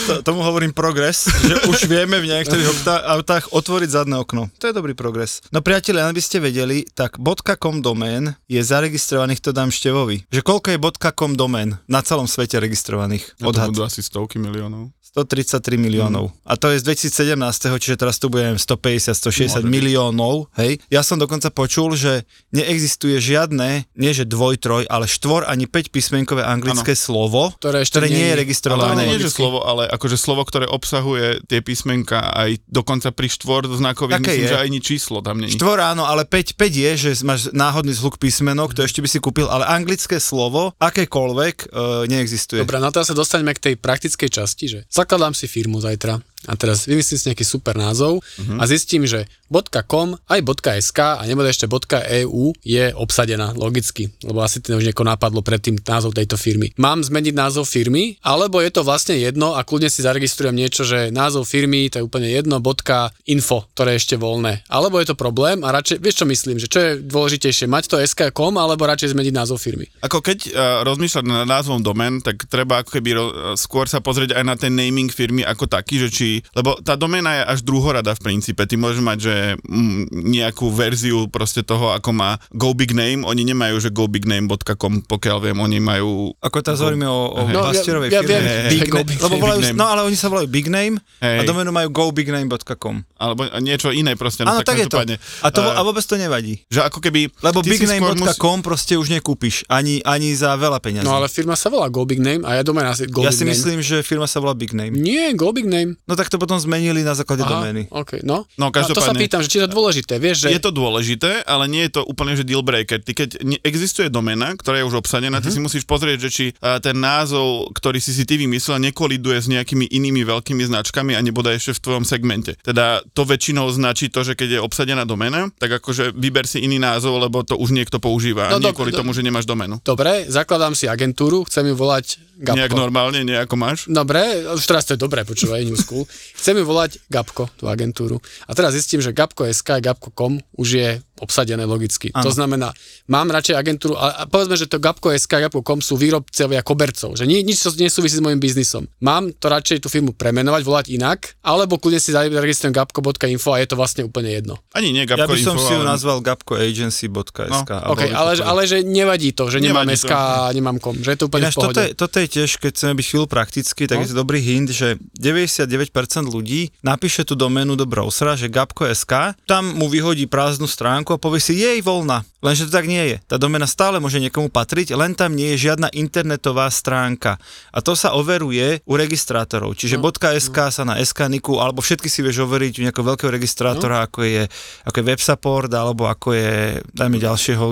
[SPEAKER 1] To, tomu hovorím progres, že už vieme v niektorých opta- autách otvoriť zadné okno. To je dobrý progres. No priatelia, aby ste vedeli, tak .com domén je zaregistrovaných, to dám Števovi. Že koľko je .com domén na celom svete registrovaných?
[SPEAKER 3] to
[SPEAKER 1] Odhad.
[SPEAKER 3] budú asi stovky miliónov.
[SPEAKER 1] 133
[SPEAKER 2] Mhm.
[SPEAKER 1] miliónov. A to je z 2017, čiže teraz tu budem 150, 160 miliónov, hej. Ja som dokonca počul, že neexistuje žiadne, nie že dvoj, troj, ale štvor ani 5 písmenkové anglické ano. slovo,
[SPEAKER 2] Ktoré ešte
[SPEAKER 1] ktoré nie je
[SPEAKER 2] nie je.
[SPEAKER 3] Ale ono
[SPEAKER 1] registrované.
[SPEAKER 3] nie, že slovo, ale akože slovo, ktoré obsahuje tie písmenka aj dokonca pri štvorznakových,
[SPEAKER 1] Také
[SPEAKER 3] myslím,
[SPEAKER 1] je.
[SPEAKER 3] že ani číslo tam
[SPEAKER 1] Hm.
[SPEAKER 3] není.
[SPEAKER 1] Štvor áno, ale 5, 5 je, že máš náhodný zhluk písmenok, to ešte by si kúpil, ale anglické slovo, akékoľvek, e, neexistuje.
[SPEAKER 2] Dobre, no teraz sa dostaňme k tej praktickej časti, že zakladám si firmu zajtra a teraz vymyslím si nejaký super názov a zistím, že .com aj .sk a nebude ešte .eu je obsadená logicky, lebo asi to už nieko napadlo predtým názov tejto firmy. Mám zmeniť názov firmy, alebo je to vlastne jedno a kľudne si zaregistrujem niečo, že názov firmy to je úplne jedno .info, ktoré je ešte voľné. Alebo je to problém a radšej, vieš čo myslím, že čo je dôležitejšie, mať to sk.com alebo radšej zmeniť názov firmy.
[SPEAKER 3] Ako keď uh, rozmýšľať nad názvom domén, tak treba ako keby ro- skôr sa pozrieť aj na ten naming firmy ako taký, že či, lebo tá doména je až druhorada v princípe. Ty môžeš mať, že mm, nejakú verziu proste toho, ako má Go Big Name, oni nemajú, že gobigname.com, pokiaľ viem, oni majú
[SPEAKER 1] Ako teraz hovoríme o, o
[SPEAKER 3] Hej.
[SPEAKER 1] no, Bastierovej
[SPEAKER 2] ja, ja
[SPEAKER 1] firme.
[SPEAKER 2] viem,
[SPEAKER 3] Hej,
[SPEAKER 1] Big
[SPEAKER 2] Go
[SPEAKER 1] name,
[SPEAKER 2] Big
[SPEAKER 1] lebo
[SPEAKER 3] Big
[SPEAKER 1] volajú,
[SPEAKER 3] Name.
[SPEAKER 1] no ale oni sa volajú Big Name a
[SPEAKER 3] Hej.
[SPEAKER 1] doménu majú gobigname.com.
[SPEAKER 3] alebo niečo iné proste.
[SPEAKER 1] Áno, tak je
[SPEAKER 3] No, to
[SPEAKER 1] to.
[SPEAKER 3] padne.
[SPEAKER 1] A, to, a
[SPEAKER 3] Eh,
[SPEAKER 1] vôbec to nevadí.
[SPEAKER 3] že ako keby...
[SPEAKER 1] Lebo
[SPEAKER 3] ty si skôr musí-
[SPEAKER 1] bigname.com proste už nekúpiš, ani, ani za veľa peňazí.
[SPEAKER 2] No ale firma sa volá Go Big Name a ja doma asi Go
[SPEAKER 1] ja
[SPEAKER 2] Big
[SPEAKER 1] si
[SPEAKER 2] Name.
[SPEAKER 1] myslím, že firma sa volá Big Name.
[SPEAKER 2] Nie, Go Big Name.
[SPEAKER 1] No tak to potom zmenili na základe domény.
[SPEAKER 2] OK, no.
[SPEAKER 3] No,
[SPEAKER 2] to sa
[SPEAKER 3] každopádne-
[SPEAKER 2] pýtam, že či je to dôležité, vieš, že...
[SPEAKER 3] Je to dôležité, ale nie je to úplne, že deal breaker. Ty keď ne- existuje domena, ktorá je už obsadená,
[SPEAKER 1] Mhm.
[SPEAKER 3] ty si musíš pozrieť, že či a, ten názov, ktorý si si ty vymyslel, nekoliduje s nejakými inými veľkými značkami a nebude ešte v tvojom segmente. Teda to väčšinou značí to, že keď je obsadená domena, tak akože vyber si iný názov, lebo to už niekto používa. No,
[SPEAKER 2] No,
[SPEAKER 3] nie
[SPEAKER 2] dob-
[SPEAKER 3] kvôli
[SPEAKER 2] dob-
[SPEAKER 3] tomu, že nemáš domenu.
[SPEAKER 2] Dobre, zakladám si agentúru, chcem ju volať Gabko.
[SPEAKER 3] Nejak normálne, nejako máš?
[SPEAKER 2] Dobre, už teraz to je dobré, počúvaj, New School. agentúru. Chcem ju volať Gabko, tú agentúru. A teraz zistím, že Gabko.sk, Gabko.com už je obsadené logicky. Ano. To znamená, mám radšej agentúru, a, a povedzme, že to Gabko.sk, Gabko.com sú výrobcovia kobercov, že ni, nič to nesúvisí s mojim biznisom. Mám to radšej tú firmu premenovať, volať inak, alebo kľudne si zaregistrujem gabko.info a je to vlastne úplne jedno.
[SPEAKER 3] Ani nie
[SPEAKER 1] Ja by
[SPEAKER 3] Gabko
[SPEAKER 1] som
[SPEAKER 3] info,
[SPEAKER 1] si ju
[SPEAKER 3] ale-
[SPEAKER 1] nazval gabkoagency.sk.
[SPEAKER 3] No,
[SPEAKER 1] alebo
[SPEAKER 2] OK,
[SPEAKER 1] niečo
[SPEAKER 2] ale,
[SPEAKER 1] podobné.
[SPEAKER 2] ale že nevadí to, že nemám
[SPEAKER 3] Nevadí to.
[SPEAKER 2] SK a nemám kom, že je to úplne
[SPEAKER 1] Ináč,
[SPEAKER 2] v pohode.
[SPEAKER 1] toto, je, toto je tiež, keď chceme byť chvíľu prakticky, tak
[SPEAKER 2] No.
[SPEAKER 1] no. je to dobrý hint, že 99% ľudí napíše tú doménu do browsera, že gabko.sk, tam mu vyhodí prázdnu stránku a povie si, jej voľna. Lenže to tak nie je. Tá doména stále môže niekomu patriť, len tam nie je žiadna internetová stránka. A to sa overuje u registrátorov. Čiže no. .sk sa na SKNIKu, alebo všetky si vieš overiť u nejakého veľkého registrátora, no. ako je, ako je WebSupport, alebo ako je, dajme ďalšieho,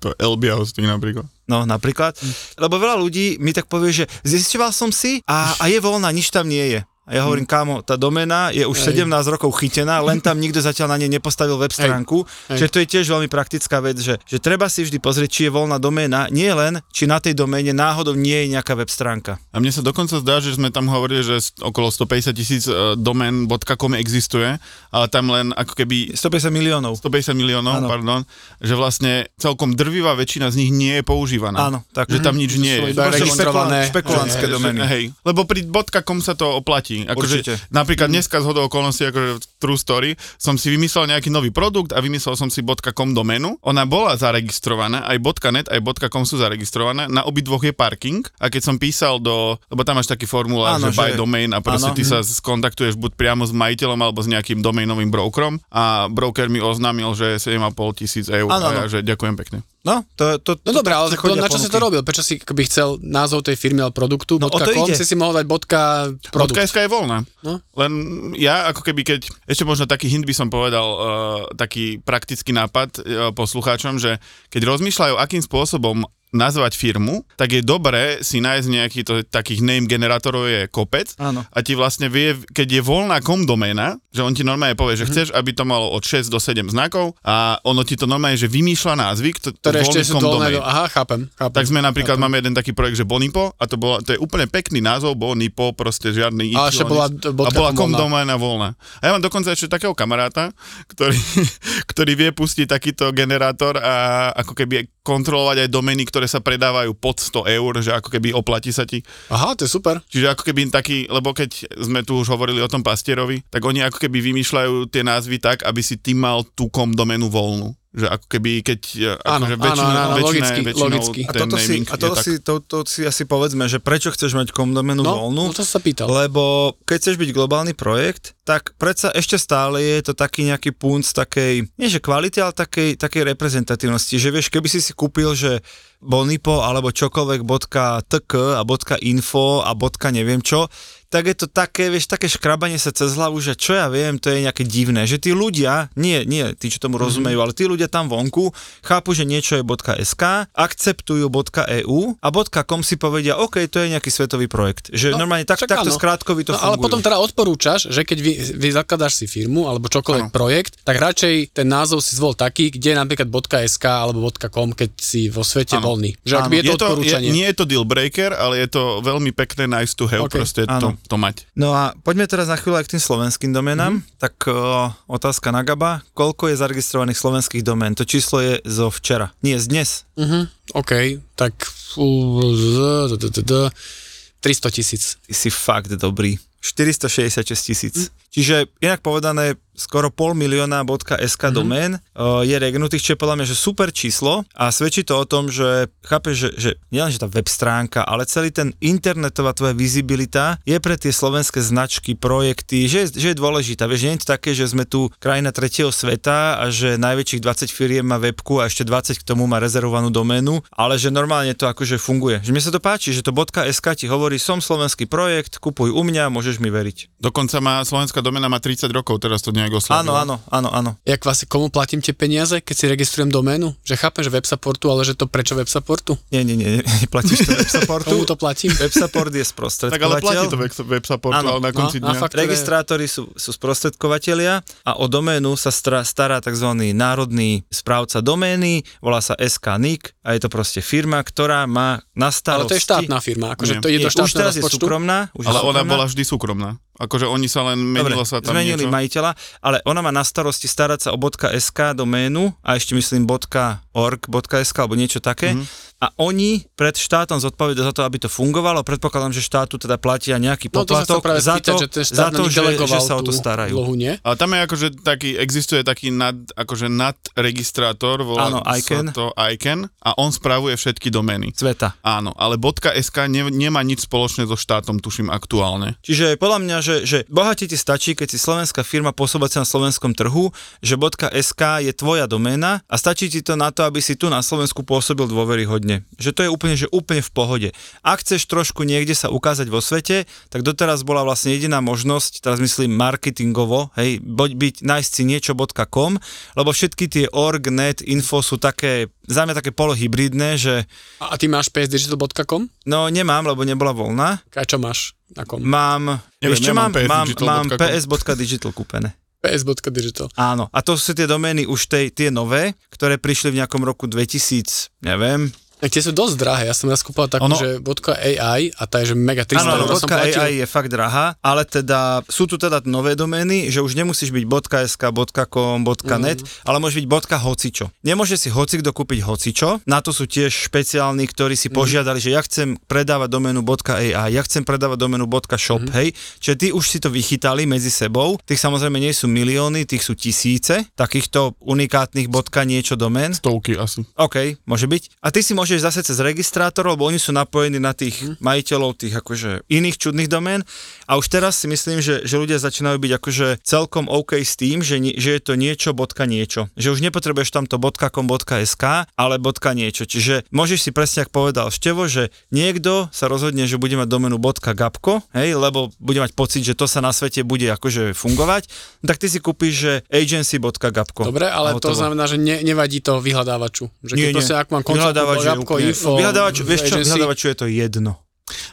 [SPEAKER 3] Kto? LB hosting napríklad.
[SPEAKER 1] No, napríklad. Lebo veľa ľudí mi tak povie, že zistoval som si a, a je voľná, nič tam nie je. A ja hovorím, kámo, tá domena je už 17
[SPEAKER 2] Hej.
[SPEAKER 1] rokov chytená, len tam nikto zatiaľ na nej nepostavil web stránku. Čiže
[SPEAKER 2] Hej.
[SPEAKER 1] to je tiež veľmi praktická vec, že, že treba si vždy pozrieť, či je voľná doména, nie len, či na tej doméne náhodou nie je nejaká web stránka.
[SPEAKER 3] A mne sa dokonca zdá, že sme tam hovorili, že s- okolo 150 tisíc e, domén.com existuje, ale tam len ako keby
[SPEAKER 1] 150 miliónov.
[SPEAKER 3] 150
[SPEAKER 1] Áno.
[SPEAKER 3] miliónov, pardon, že vlastne celkom drvivá väčšina z nich nie je používaná.
[SPEAKER 1] Áno, tak.
[SPEAKER 3] Že tam nič
[SPEAKER 2] Mhm.
[SPEAKER 3] nie
[SPEAKER 2] To sú
[SPEAKER 3] je.
[SPEAKER 2] iba
[SPEAKER 3] Proste
[SPEAKER 2] registra- registrované-
[SPEAKER 1] špekulantské
[SPEAKER 3] že-
[SPEAKER 1] domény.
[SPEAKER 3] Hej, lebo pri .com sa to oplatí. Akože,
[SPEAKER 1] Určite. Mhm.
[SPEAKER 3] napríklad dneska z hodou okolností, akože true story, som si vymyslel nejaký nový produkt a vymyslel som si .com doménu. Ona bola zaregistrovaná, aj .net, aj .com sú zaregistrované, na obidvoch je parking a keď som písal do, lebo tam máš taký formulár,
[SPEAKER 1] Áno,
[SPEAKER 3] že by
[SPEAKER 1] že-
[SPEAKER 3] domain a proste
[SPEAKER 1] áno. Mhm.
[SPEAKER 3] ty sa skontaktuješ buď priamo s majiteľom alebo s nejakým domainovým brokerom a broker mi oznámil, že 7,5 tisíc eur
[SPEAKER 1] Áno,
[SPEAKER 3] a ja, že ďakujem pekne.
[SPEAKER 1] No, to, to,
[SPEAKER 2] No
[SPEAKER 1] to,
[SPEAKER 2] dobré,
[SPEAKER 1] to
[SPEAKER 2] ale to,
[SPEAKER 1] chodia
[SPEAKER 2] na čo si
[SPEAKER 1] ponuky.
[SPEAKER 2] to robil? Prečo si by chcel názov tej firmy alebo produktu?
[SPEAKER 1] No, o to
[SPEAKER 2] .com
[SPEAKER 1] ide.
[SPEAKER 2] si si mohol dať bodka produkt.
[SPEAKER 3] Produkt. je voľná. No?
[SPEAKER 2] No.
[SPEAKER 3] Len ja ako keby keď, ešte možno taký hint by som povedal, uh, taký praktický nápad uh, poslucháčom, že keď rozmýšľajú, akým spôsobom nazvať firmu, tak je dobré si nájsť nejaký, to, takých name generátorov je kopec
[SPEAKER 1] Áno.
[SPEAKER 3] a ti vlastne vie, keď je voľná kom doména, že on ti normálne povie,
[SPEAKER 2] Mhm.
[SPEAKER 3] že chceš, aby to malo od 6 do 7 znakov a ono ti to normálne, že vymýšľa názvy, kto,
[SPEAKER 2] Ktoré ešte sú dolné.
[SPEAKER 3] domain.
[SPEAKER 2] Do... Aha, chápem, chápem.
[SPEAKER 3] Tak sme napríklad, máme jeden taký projekt, že Bonipo, a to, bola, to je úplne pekný názov, Bonipo, proste žiadny
[SPEAKER 2] A
[SPEAKER 3] IQ,
[SPEAKER 2] ešte bola
[SPEAKER 3] nič.
[SPEAKER 2] bodka
[SPEAKER 3] a bola
[SPEAKER 2] kom
[SPEAKER 3] kom
[SPEAKER 2] voľná.
[SPEAKER 3] doména voľná. A ja mám dokonca ešte takého kamaráta, ktorý, ktorý vie pustiť takýto generátor a ako keby kontrolovať aj domény, ktoré sa predávajú pod 100 eur, že ako keby oplatí sa ti.
[SPEAKER 2] Aha, to je super.
[SPEAKER 3] Čiže ako keby taký, lebo keď sme tu už hovorili o tom pastierovi, tak oni ako keby vymýšľajú tie názvy tak, aby si ty mal tú kom doménu voľnú. Že ako keby, keď e,
[SPEAKER 2] Áno,
[SPEAKER 3] akože
[SPEAKER 2] áno,
[SPEAKER 3] väčšina,
[SPEAKER 2] áno,
[SPEAKER 3] väčšina,
[SPEAKER 2] logicky,
[SPEAKER 3] väčšinou
[SPEAKER 2] logicky.
[SPEAKER 3] ten
[SPEAKER 1] A toto, si,
[SPEAKER 3] naming
[SPEAKER 1] a
[SPEAKER 3] je
[SPEAKER 1] toto
[SPEAKER 3] tak.
[SPEAKER 1] si, to, to si asi povedzme, že prečo chceš mať komdomenu
[SPEAKER 2] No,
[SPEAKER 1] voľnú?
[SPEAKER 2] no to som sa pýtal.
[SPEAKER 1] Lebo keď chceš byť globálny projekt, tak predsa ešte stále je to taký nejaký punc takej, nie že kvality, ale takej, takej reprezentatívnosti. Že vieš, keby si si kúpil, že Bonipo alebo čokoľvek bodka .tk a bodka .info a bodka neviem čo, tak je to také, vieš, také škrabanie sa cez hlavu, že čo ja viem, to je nejaké divné, že tí ľudia, nie, nie tí, čo tomu rozumejú, ale tí ľudia tam vonku chápu, že niečo je .sk, akceptujú .eu a .com si povedia, OK, to je nejaký svetový projekt. Že
[SPEAKER 2] No,
[SPEAKER 1] normálne tak,
[SPEAKER 2] však
[SPEAKER 1] takto
[SPEAKER 2] áno.
[SPEAKER 1] skrátkovi to
[SPEAKER 2] No,
[SPEAKER 1] funguje.
[SPEAKER 2] ale potom teda odporúčaš, že keď vy, vy zakladáš si firmu alebo čokoľvek projekt, tak radšej ten názov si zvol taký, kde je napríklad .sk alebo .com, keď si vo svete
[SPEAKER 3] Áno.
[SPEAKER 2] voľný. Že ak by je to odporúčanie.
[SPEAKER 3] Je, nie je to deal breaker, ale je to veľmi pekné nice to have, okay,
[SPEAKER 2] Okay,
[SPEAKER 3] proste to,
[SPEAKER 1] áno.
[SPEAKER 3] to mať.
[SPEAKER 1] No a poďme teraz na chvíľu aj k tým slovenským doménam. Mm-hmm. Tak o, otázka na Gaba. Koľko je zaregistrovaných slovenských domén? To číslo je zo včera. Nie, z dnes.
[SPEAKER 2] Mhm, OK, tak fú, z- d- d- d- d- 300 tisíc.
[SPEAKER 1] Ty si fakt dobrý. 466 tisíc.
[SPEAKER 2] Mhm.
[SPEAKER 1] Mm. Čiže inak povedané, skoro pol milióna bodka
[SPEAKER 2] Mhm.
[SPEAKER 1] SK mm. domén uh, je regnutých, čo je podľa mňa že super číslo a svedčí to o tom, že chápeš, že, že nielen, že tá web stránka, ale celý ten internetová tvoja vizibilita je pre tie slovenské značky, projekty, že, je- že je dôležitá. Vieš, nie je to také, že sme tu krajina tretieho sveta a že najväčších 20 firiem má webku a ešte 20 k tomu má rezervovanú doménu, ale že normálne to akože funguje. Že mne sa to páči, že to .sk ti hovorí, som slovenský projekt, kupuj u mňa, môžeš mi veriť.
[SPEAKER 3] Dokonca má, slovenská domena má 30 rokov, teraz to nejak oslavilo.
[SPEAKER 1] Áno, áno, áno, áno.
[SPEAKER 2] Jak vlastne komu platím tie peniaze, keď si registrujem doménu? Že chápem, že web supportu, ale že to prečo web supportu?
[SPEAKER 1] Nie, nie, nie, neplatíš to web supportu.
[SPEAKER 2] Komu to platím?
[SPEAKER 1] Web support je
[SPEAKER 3] Tak ale
[SPEAKER 1] sprostredkovateľ.
[SPEAKER 3] platí to web, web support,
[SPEAKER 1] Áno.
[SPEAKER 3] ale na konci
[SPEAKER 2] No, a
[SPEAKER 3] dňa.
[SPEAKER 2] fakt- ktoré-
[SPEAKER 1] Registrátori sú, sú sprostredkovateľia a o doménu sa stará, stará tzv. národný správca domény, volá sa SKNIC a je to proste firma, ktorá má na
[SPEAKER 2] Ale
[SPEAKER 1] starosti...
[SPEAKER 2] to je štátna firma, akože
[SPEAKER 3] Nie.
[SPEAKER 2] to je do
[SPEAKER 1] Nie, už
[SPEAKER 2] štátneho
[SPEAKER 1] teraz je
[SPEAKER 2] rozpočtu.
[SPEAKER 1] súkromná. Už je
[SPEAKER 3] ale ona
[SPEAKER 1] súkromná.
[SPEAKER 3] bola vždy súkromná. Akože oni sa len menilo sa tam
[SPEAKER 1] zmenili
[SPEAKER 3] niečo.
[SPEAKER 1] majiteľa, ale ona má na starosti starať sa o .sk doménu a ešte myslím .org, .sk alebo niečo
[SPEAKER 3] Mhm.
[SPEAKER 1] také. Mm-hmm. A oni pred štátom zodpovedajú za to, aby to fungovalo. Predpokladám, že štátu teda platia nejaký
[SPEAKER 2] No to som
[SPEAKER 1] poplatok
[SPEAKER 2] sa práve
[SPEAKER 1] za
[SPEAKER 2] spýtať,
[SPEAKER 1] to,
[SPEAKER 2] že ten
[SPEAKER 1] za
[SPEAKER 2] štát
[SPEAKER 1] to
[SPEAKER 2] nám
[SPEAKER 1] že, že
[SPEAKER 2] delegoval
[SPEAKER 1] sa o to
[SPEAKER 2] tú
[SPEAKER 1] starajú.
[SPEAKER 2] úlohu, nie?
[SPEAKER 3] Ale tam je akože taký, existuje taký nad, akože nadregistrátor, volá
[SPEAKER 1] Áno, ICANN.
[SPEAKER 3] sa to ICANN a on spravuje všetky domény.
[SPEAKER 1] Sveta.
[SPEAKER 3] Áno, ale .sk ne, nemá nič spoločné so štátom, tuším, aktuálne.
[SPEAKER 1] Čiže podľa mňa, že, že bohatí ti stačí, keď si slovenská firma pôsobacia na slovenskom trhu, že .sk je tvoja doména a stačí ti to na to, aby si tu na Slovensku pôsobil dôveryhodne. Že to je úplne, že úplne v pohode. Ak chceš trošku niekde sa ukázať vo svete, tak doteraz bola vlastne jediná možnosť, teraz myslím marketingovo, hej, buď byť nájsť si niečo.com, lebo všetky tie org, net, info sú také, za mňa také polohybridné, že
[SPEAKER 2] A, a ty máš psdigital.com?
[SPEAKER 1] no nemám, lebo nebola voľná,
[SPEAKER 2] A čo máš? Na kom?
[SPEAKER 1] Mám,
[SPEAKER 3] Neviem,
[SPEAKER 1] vieš čo
[SPEAKER 3] nemám
[SPEAKER 1] mám? Mám,
[SPEAKER 3] psdigital.com.
[SPEAKER 1] mám ps.digital kúpené.
[SPEAKER 2] ps.digital.
[SPEAKER 1] Áno, a to sú tie domény už tej, tie nové, ktoré prišli v nejakom roku 2000, neviem.
[SPEAKER 2] A tie sú dosť drahé. Ja som raz kúpal takú,
[SPEAKER 3] Ono-
[SPEAKER 2] že .ai a tá je, že mega 300
[SPEAKER 1] Áno, áno,
[SPEAKER 2] eur. som
[SPEAKER 1] bodka
[SPEAKER 2] platil.
[SPEAKER 1] AI je fakt drahá, ale teda sú tu teda nové domény, že už nemusíš byť bodka .sk, bodka .com, bodka .net, ale môže byť bodka hocičo. Nemôže si hocikto kúpiť hocičo, na to sú tiež špeciálni, ktorí si požiadali, že ja chcem predávať doménu bodka .ai, ja chcem predávať doménu bodka .shop, hej. Čiže tí už si to vychytali medzi sebou, tých samozrejme nie sú milióny, tých sú tisíce takýchto unikátnych bodka niečo domén.
[SPEAKER 3] Stovky asi.
[SPEAKER 1] OK, môže byť. A ty si môžeš zase cez registrátor, lebo oni sú napojení na tých
[SPEAKER 2] Mhm.
[SPEAKER 1] majiteľov tých akože iných čudných domén. A už teraz si myslím, že, že ľudia začínajú byť akože celkom OK s tým, že, nie, že je to niečo bodka niečo. Že už nepotrebuješ tamto bodka kom bodka SK, ale bodka niečo. Čiže môžeš si presne, ak povedal Števo, že niekto sa rozhodne, že bude mať domenu bodka gapko, hej, lebo bude mať pocit, že to sa na svete bude akože fungovať, tak ty si kúpiš, že agency.gapko.
[SPEAKER 2] Dobre, ale to
[SPEAKER 1] Hotovo.
[SPEAKER 2] znamená, že ne, nevadí to vyhľadávaču. Že keď proste, ak mám koncert,
[SPEAKER 1] Vyhľadávač je
[SPEAKER 2] Gabko,
[SPEAKER 1] úplne-
[SPEAKER 2] info,
[SPEAKER 1] vyhľadávač, vieš čo,
[SPEAKER 2] agency.
[SPEAKER 1] vyhľadávaču je to jedno.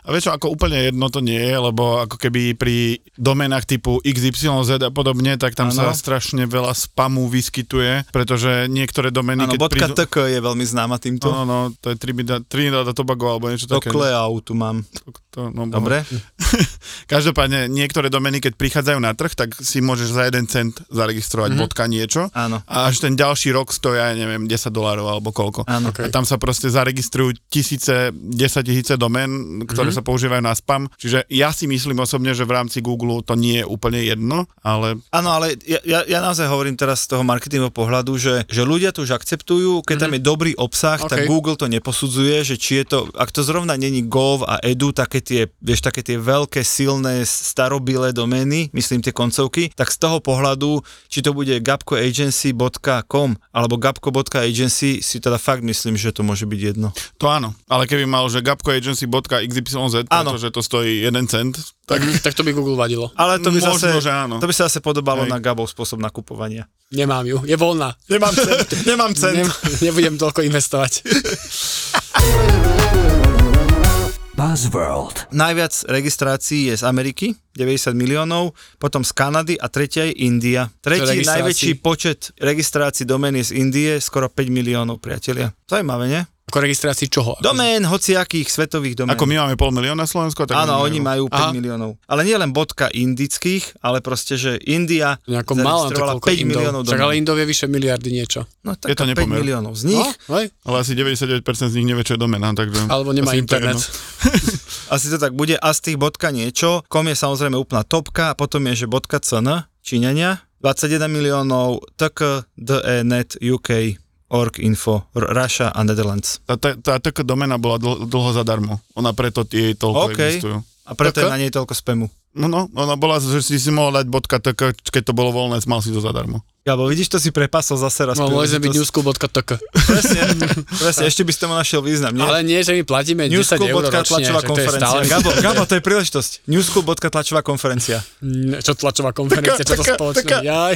[SPEAKER 3] A vieš čo, ako úplne jedno to nie je, lebo ako keby pri domenách typu XYZ a podobne, tak
[SPEAKER 1] Áno.
[SPEAKER 3] tam sa strašne veľa spamu vyskytuje, pretože niektoré domeny...
[SPEAKER 1] Áno,
[SPEAKER 3] keď
[SPEAKER 1] bodka
[SPEAKER 3] prídu-
[SPEAKER 1] TK je veľmi známa týmto.
[SPEAKER 3] No, no, no, to je Trinidad, Trinidad a Tobago alebo niečo
[SPEAKER 1] To
[SPEAKER 3] také.
[SPEAKER 1] Kleau tu mám.
[SPEAKER 3] To, to, no,
[SPEAKER 1] Dobre?
[SPEAKER 3] Každopádne niektoré domény, keď prichádzajú na trh, tak si môžeš za jeden cent zaregistrovať mm-hmm. bodka niečo.
[SPEAKER 1] Mhm. Áno.
[SPEAKER 3] A až ten ďalší rok stoja, ja neviem, 10 dolárov alebo koľko.
[SPEAKER 1] Áno.
[SPEAKER 3] A tam sa proste zaregistrujú tisíce, 10 tisíce domén,
[SPEAKER 1] Mhm.
[SPEAKER 3] ktoré mm-hmm. sa používajú na spam. Čiže ja si myslím osobne, že v rámci Google to nie je úplne jedno, ale
[SPEAKER 1] Áno, ale ja, ja, ja naozaj hovorím teraz z toho marketingového pohľadu, že, že ľudia to už akceptujú, keď
[SPEAKER 3] Mhm.
[SPEAKER 1] tam je dobrý obsah, tak
[SPEAKER 2] OK.
[SPEAKER 1] Google to neposudzuje, že či je to, ak to zrovna není Gov a Edu, také tie, vieš, také tie veľké, silné, starobilé domény, myslím tie koncovky, tak z toho pohľadu, či to bude gapkoagency.com alebo gapko.agency, si teda fakt myslím, že to môže byť jedno.
[SPEAKER 3] to áno. Ale keby mal, že gapkoagency.xyz,
[SPEAKER 1] Áno.
[SPEAKER 3] pretože to stojí 1 cent, tak
[SPEAKER 2] Mhm. Tak to by Google vadilo.
[SPEAKER 1] Ale to by,
[SPEAKER 3] Možno,
[SPEAKER 1] zase,
[SPEAKER 3] že áno.
[SPEAKER 1] to by sa zase podobalo
[SPEAKER 3] Hej.
[SPEAKER 1] na Gabov spôsob nakupovania.
[SPEAKER 2] Nemám ju, je voľná. Nemám cent.
[SPEAKER 1] Nemám cent.
[SPEAKER 2] Nem, nebudem toľko investovať.
[SPEAKER 4] Buzzworld.
[SPEAKER 1] Najviac registrácií je z Ameriky, 90 miliónov, potom z Kanady a tretia je India. Tretí
[SPEAKER 2] registrácií?
[SPEAKER 1] najväčší počet registrácií domén je z Indie, skoro 5 miliónov, priatelia. Zaujímavé, nie?
[SPEAKER 2] Ako registrácii čoho? Ako-
[SPEAKER 1] Domén, hociakých svetových domén.
[SPEAKER 3] ako my máme pol milióna na Slovensku, tak
[SPEAKER 1] Áno, oni majú 5
[SPEAKER 2] Aha.
[SPEAKER 1] miliónov. Ale nie len bodka indických, ale proste, že India
[SPEAKER 2] Nejako malá, tak
[SPEAKER 1] zaregistrovala
[SPEAKER 2] koľko
[SPEAKER 1] 5
[SPEAKER 2] Indov.
[SPEAKER 1] miliónov
[SPEAKER 2] Čak, ale
[SPEAKER 1] domén.
[SPEAKER 2] Indov je vyše miliardy niečo.
[SPEAKER 1] No tak
[SPEAKER 3] Je to
[SPEAKER 1] 5
[SPEAKER 3] nepomer.
[SPEAKER 1] miliónov z nich.
[SPEAKER 2] No, hej?
[SPEAKER 3] Ale asi 99% z nich nevie, čo je domena, takže...
[SPEAKER 2] Alebo nemá
[SPEAKER 3] asi im to je
[SPEAKER 2] internet. No,
[SPEAKER 3] jedno.
[SPEAKER 1] Asi to tak bude. A z tých bodka niečo. Kom je samozrejme úplná topka a potom je, že bodka CN, Číňania. 21 miliónov, TK, DE, E NET, UK, Org, Info, R- Russia a Netherlands.
[SPEAKER 3] Tá, tá, tá taká domena bola dl- dlho zadarmo. Ona preto jej toľko
[SPEAKER 1] OK.
[SPEAKER 3] existujú.
[SPEAKER 1] A preto
[SPEAKER 2] TK?
[SPEAKER 1] je na nej toľko spamu.
[SPEAKER 3] No, no, ona bola, že si si mohol dať bodka tak, keď to bolo voľné, mal si to zadarmo.
[SPEAKER 1] Lebo vidíš, to si prepasol zase raz.
[SPEAKER 2] No, mohli sme byť
[SPEAKER 1] príležitosť.
[SPEAKER 2] newschool.tk.
[SPEAKER 1] Presne, presne, ešte by si tomu našiel význam, nie?
[SPEAKER 2] Ale nie, že my platíme 10 eur
[SPEAKER 1] Newschool.tlačová tlačová
[SPEAKER 2] ročne. že to je
[SPEAKER 1] konferencia.
[SPEAKER 2] stále-
[SPEAKER 1] Gabo, Gabo, to je príležitosť. Newschool.tlačová tlačová konferencia.
[SPEAKER 2] Ne, Čo tlačová konferencia, čo to
[SPEAKER 3] Taká- taká-
[SPEAKER 2] spoločné. Jaj.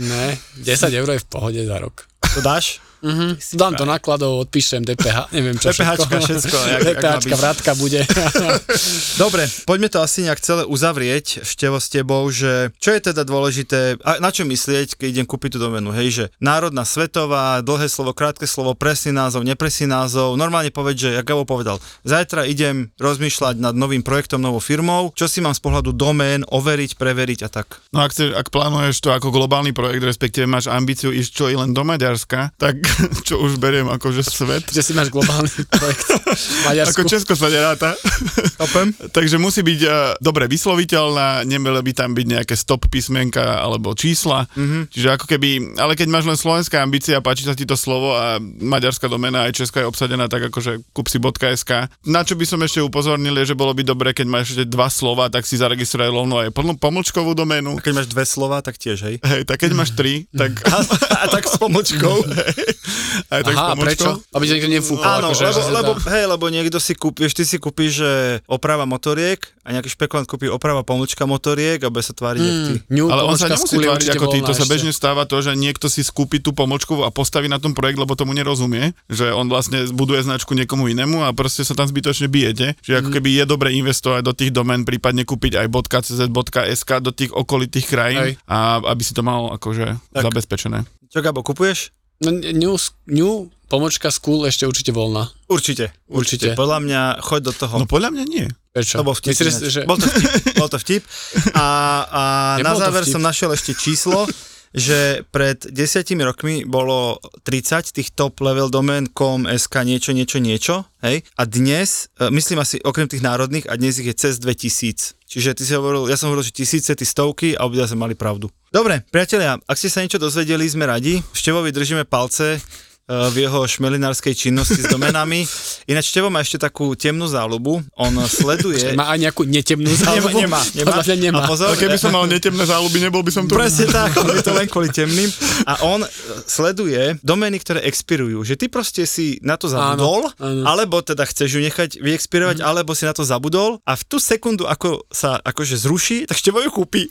[SPEAKER 2] Ne, 10 eur je v pohode za rok.
[SPEAKER 1] To dáš?
[SPEAKER 2] Mm-hmm. Dám to nakladov, odpíšem DPH, neviem čo
[SPEAKER 1] DPHčka, všetko, jak- jak má
[SPEAKER 2] DPHčka,
[SPEAKER 1] byť.
[SPEAKER 2] vrátka bude.
[SPEAKER 1] Dobre, poďme to asi nejak celé uzavrieť števo s tebou, že čo je teda dôležité, a na čo myslieť, keď idem kúpiť tú domenu, hej, že národná, svetová, dlhé slovo, krátke slovo, presný názov, nepresný názov, normálne povedz, že, jak Gabo povedal, zajtra idem rozmýšľať nad novým projektom, novou firmou, čo si mám z pohľadu domén, overiť, preveriť a tak.
[SPEAKER 3] No ak, chceš, ak plánuješ to ako globálny projekt, respektíve máš ambíciu ísť čo i len do Maďarska, tak čo už beriem ako že svet.
[SPEAKER 2] že si máš globálny projekt v Maďarsku.
[SPEAKER 3] Ako Česko sa neráta. Takže musí byť uh, dobre vysloviteľná, nemele by tam byť nejaké stop písmenka alebo čísla. Mm-hmm.
[SPEAKER 2] Mhm.
[SPEAKER 3] Čiže ako keby, ale keď máš len slovenská ambícia, páči sa ti to slovo a maďarská domena aj česká je obsadená tak akože kupsi.sk. Na čo by som ešte upozornil je, že bolo by dobre, keď máš ešte dva slova, tak si zaregistruj rovno aj plnú pomlčkovú doménu.
[SPEAKER 1] A keď máš dve slova, tak tiež, hej.
[SPEAKER 3] Hej, tak keď máš tri, tak...
[SPEAKER 1] A, a tak s pomočkou.
[SPEAKER 3] Aj tak
[SPEAKER 2] Aha,
[SPEAKER 3] s
[SPEAKER 2] a prečo?
[SPEAKER 3] pomlčkou.
[SPEAKER 2] Aby ťa nikto nefúkol.
[SPEAKER 1] Áno,
[SPEAKER 2] akože,
[SPEAKER 1] lebo,
[SPEAKER 2] že sa
[SPEAKER 1] lebo,
[SPEAKER 2] dá.
[SPEAKER 1] hej, lebo niekto si kúpi, vieš, ty si kúpiš že oprava motoriek a nejaký špekulant kúpi oprava pomlčka motoriek a bude sa tváriť, mm. jak ty.
[SPEAKER 2] Ňu,
[SPEAKER 3] Ale on sa
[SPEAKER 2] pomočka v
[SPEAKER 3] nemusí
[SPEAKER 2] skule je
[SPEAKER 3] tváriť
[SPEAKER 2] určite
[SPEAKER 3] ako ty,
[SPEAKER 2] voľná
[SPEAKER 3] to sa
[SPEAKER 2] ešte.
[SPEAKER 3] bežne stáva to, že niekto si skúpi tú pomočku a postaví na tom projekt, lebo tomu nerozumie, že on vlastne buduje značku niekomu inému a proste sa tam zbytočne bijete, že ako keby je dobre investovať do tých domén, prípadne kúpiť aj .cz, .sk do tých okolitých krajín,
[SPEAKER 2] Hej.
[SPEAKER 3] a aby si to mal akože zabezpečené.
[SPEAKER 1] Čo, Gabo, kupuješ?
[SPEAKER 2] No, ňu, ňu, pomočka skúl ešte určite voľná.
[SPEAKER 1] Určite, určite.
[SPEAKER 2] Určite.
[SPEAKER 1] Podľa mňa choď do toho.
[SPEAKER 3] No podľa mňa nie.
[SPEAKER 2] Prečo?
[SPEAKER 1] to bol vtip.
[SPEAKER 2] Myslíš,
[SPEAKER 1] ináč.
[SPEAKER 2] že...
[SPEAKER 1] Bol to vtip. Bol to vtip. A, a
[SPEAKER 2] Nebol
[SPEAKER 1] na
[SPEAKER 2] to
[SPEAKER 1] záver
[SPEAKER 2] vtip.
[SPEAKER 1] som našiel ešte číslo, že pred desiatimi rokmi bolo 30 tých top level domén com, sk, niečo, niečo, niečo, hej? A dnes, e, myslím asi okrem tých národných, a dnes ich je cez 2000. Čiže ty si hovoril, ja som hovoril, že tisíce, ty stovky a obidva sme mali pravdu. Dobre, priatelia, ak ste sa niečo dozvedeli, sme radi. Števovi držíme palce e, v jeho šmelinárskej činnosti s domenami. Ináč Števo má ešte takú temnú záľubu. On sleduje...
[SPEAKER 2] Má aj nejakú netemnú
[SPEAKER 1] Nemá,
[SPEAKER 2] záľubu?
[SPEAKER 1] nemá, nemá.
[SPEAKER 2] Podľa mňa nemá.
[SPEAKER 1] A pozor,
[SPEAKER 3] Ale keby som mal netemné záľuby, nebol by som tu.
[SPEAKER 1] Presne tak, on je to len kvôli temným. A on e, sleduje domény, ktoré expirujú. Že ty proste si na to zabudol, áno,
[SPEAKER 2] Áno, áno.
[SPEAKER 1] áno. alebo teda chceš ju nechať vyexpirovať, mm. alebo si na to zabudol a v tú sekundu, ako sa akože zruší, tak števo ju kúpi.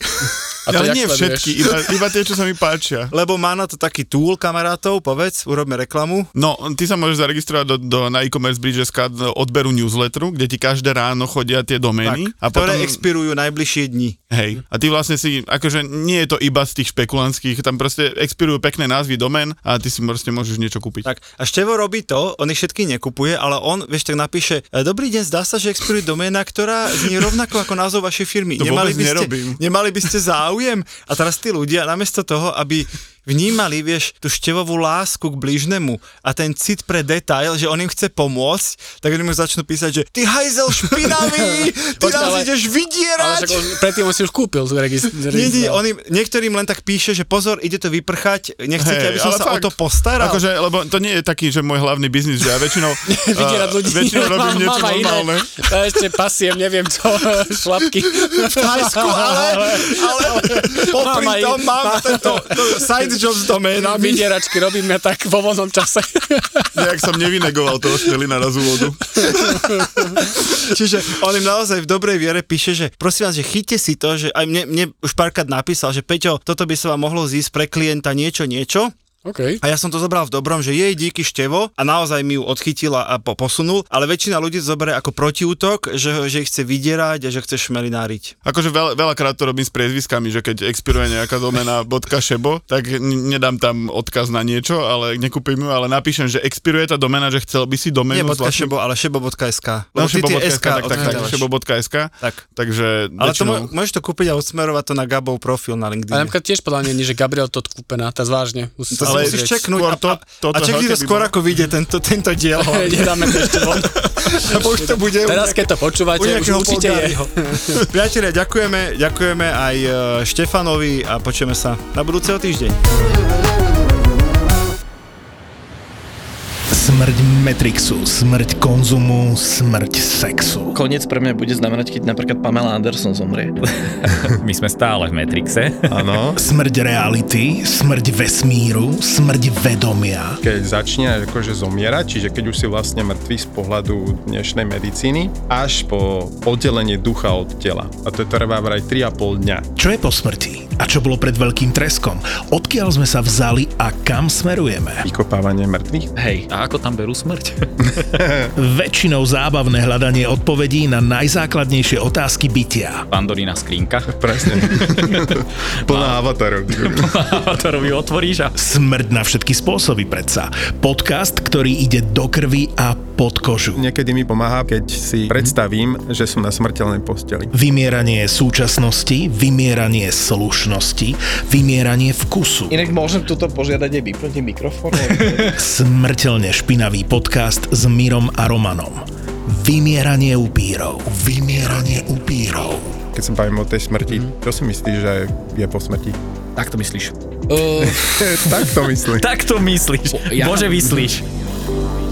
[SPEAKER 2] A to
[SPEAKER 3] Ale
[SPEAKER 2] jak
[SPEAKER 3] nie
[SPEAKER 2] sleduješ?
[SPEAKER 3] všetky, iba, iba tie, čo sa mi páčia.
[SPEAKER 1] Lebo má na to taký túl kamarátov, povedz, urobme reklamu.
[SPEAKER 3] No, ty sa môžeš zaregistrovať do, do, na e-commerce bridge.sk do odberu newsletteru, kde ti každé ráno chodia tie domény.
[SPEAKER 1] Tak, a ktoré
[SPEAKER 3] potom-
[SPEAKER 1] expirujú najbližšie dni.
[SPEAKER 3] Hej. A ty vlastne si, akože nie je to iba z tých špekulantských, tam proste expirujú pekné názvy domén a ty si proste môžeš niečo kúpiť.
[SPEAKER 1] Tak a Števo robí to, on ich všetky nekupuje, ale on, vieš, tak napíše, "E, dobrý deň, zdá sa, že expiruje doména, ktorá znie rovnako ako názov vašej firmy.
[SPEAKER 3] To vôbec
[SPEAKER 1] by ste,
[SPEAKER 3] nerobím."
[SPEAKER 1] nemali by ste záujem? A teraz tí ľudia, namiesto toho, aby vnímali, vieš, tú števovú lásku k blížnemu a ten cit pre detail, že on im chce pomôcť, tak oni mu začnú písať, že ty hajzel špinavý, ty
[SPEAKER 2] Počkaj,
[SPEAKER 1] nás
[SPEAKER 2] ale-
[SPEAKER 1] ideš
[SPEAKER 2] Ale však
[SPEAKER 1] vydierať.
[SPEAKER 2] on- predtým on si už kúpil tú registr.
[SPEAKER 1] Nie, nie,
[SPEAKER 3] No.
[SPEAKER 1] on im, niektorým len tak píše, že pozor, ide to vyprchať, nechcete, aby som
[SPEAKER 3] ale
[SPEAKER 1] sa
[SPEAKER 3] fakt.
[SPEAKER 1] o to postaral.
[SPEAKER 3] Akože, lebo to nie je taký, že môj hlavný biznis, že ja väčšinou,
[SPEAKER 2] Vydierať
[SPEAKER 3] eh,
[SPEAKER 2] ľudí.
[SPEAKER 3] väčšinou robím
[SPEAKER 2] Mám-
[SPEAKER 3] niečo
[SPEAKER 2] mám aj iné.
[SPEAKER 3] normálne.
[SPEAKER 2] Ja ešte pasiem, neviem čo, šlapky. V
[SPEAKER 1] Tajsku, ale, ale popri
[SPEAKER 2] Mám aj-
[SPEAKER 1] tom mám tento to side job s doménami.
[SPEAKER 2] No, Vydieračky robím ja tak vo voľnom čase.
[SPEAKER 3] Nejak som nevinegoval toho štelina na úvodu.
[SPEAKER 1] Čiže on im naozaj v dobrej viere píše, že prosím vás, že chyťte si to, že aj mne, mne už párkrát napísal, že Peťo, toto by sa vám mohlo zísť pre klienta niečo, niečo.
[SPEAKER 2] OK.
[SPEAKER 1] A ja som to zobral v dobrom, že jej díky števo a naozaj mi ju odchytila a po, posunul, ale väčšina ľudí to zoberie ako protiútok, že, ho- že ich chce vydierať a že chce šmelináriť.
[SPEAKER 3] Akože veľ, veľakrát to robím s priezviskami, že keď expiruje nejaká domena .šebo, tak n- nedám tam odkaz na niečo, ale nekúpim ju, ale napíšem, že expiruje tá domena, že chcel by si
[SPEAKER 1] Nie
[SPEAKER 3] domenu
[SPEAKER 1] bodka
[SPEAKER 3] s vašim-
[SPEAKER 1] šebo, ale šebo.sk.
[SPEAKER 3] No,
[SPEAKER 1] Lebo ty tie
[SPEAKER 3] šebo.sk,
[SPEAKER 1] SK
[SPEAKER 3] tak, tak, tak,
[SPEAKER 1] odchytávaš.
[SPEAKER 3] šebo.sk,
[SPEAKER 1] Tak.
[SPEAKER 3] takže
[SPEAKER 1] Ale to mo-
[SPEAKER 3] väčšinou-
[SPEAKER 1] môžeš to kúpiť a odsmerovať to na Gabov profil na
[SPEAKER 2] A
[SPEAKER 1] LinkedIn.
[SPEAKER 2] napríklad tiež podľa mňa nie, že Gabriel to kúpená, tá zvážne. Musí
[SPEAKER 1] To ale si musíš čeknúť. A,
[SPEAKER 3] skôr
[SPEAKER 1] to,
[SPEAKER 3] to-
[SPEAKER 1] to,
[SPEAKER 3] toto
[SPEAKER 1] a čekni to
[SPEAKER 3] keby
[SPEAKER 1] skôr,
[SPEAKER 3] bolo.
[SPEAKER 1] ako vyjde tento, tento diel.
[SPEAKER 2] Nedáme to ešte von.
[SPEAKER 1] Lebo už to bude. u
[SPEAKER 2] Teraz,
[SPEAKER 1] nejak-
[SPEAKER 2] keď to počúvate,
[SPEAKER 1] u
[SPEAKER 2] už
[SPEAKER 1] nejakého
[SPEAKER 2] určite je.
[SPEAKER 1] Bulgáriho. Priatelia, ďakujeme, ďakujeme aj e, Štefanovi a počujeme sa na budúceho týždeň.
[SPEAKER 5] Smrť Matrixu, smrť konzumu, smrť sexu.
[SPEAKER 6] Koniec pre mňa bude znamenať, keď napríklad Pamela Anderson zomrie.
[SPEAKER 7] My sme stále v Matrixe.
[SPEAKER 5] Smrť reality, smrť vesmíru, smrť vedomia.
[SPEAKER 8] keď začne akože zomierať, čiže keď už si vlastne mŕtvý z pohľadu dnešnej medicíny, až po oddelenie ducha od tela. A to trvá vraj 3,5 dňa.
[SPEAKER 5] Čo je po smrti? A čo bolo pred veľkým treskom? Odkiaľ sme sa vzali a kam smerujeme?
[SPEAKER 8] Vykopávanie mŕtvych?
[SPEAKER 6] Hej.
[SPEAKER 7] A ako tam berú smrť?
[SPEAKER 5] Väčšinou zábavné hľadanie odpovedí na najzákladnejšie otázky bytia.
[SPEAKER 7] Pandorína skrinka.
[SPEAKER 8] Presne. Plná avatarov.
[SPEAKER 7] Avatarovi otvoríš a...
[SPEAKER 5] Smrť na všetky spôsoby predsa. Podcast, ktorý ide do krvi a pod kožu.
[SPEAKER 8] Niekedy mi pomáha, keď si predstavím, že som na smrteľnej posteli.
[SPEAKER 5] Vymieranie súčasnosti, vymieranie slušnosti, vymieranie vkusu.
[SPEAKER 6] Inak môžem tuto požiadať aj vypnutie mikrofónu.
[SPEAKER 5] Smrteľne špinavý podcast s Mirom a Romanom. Vymieranie upírov. Vymieranie upírov.
[SPEAKER 8] Keď sa bavím o tej smrti,
[SPEAKER 6] Mhm.
[SPEAKER 8] čo si myslíš, že je po smrti?
[SPEAKER 6] tak to myslíš.
[SPEAKER 8] tak to myslím.
[SPEAKER 7] Tak to myslíš.
[SPEAKER 6] Ja-
[SPEAKER 7] Bože, vyslíš.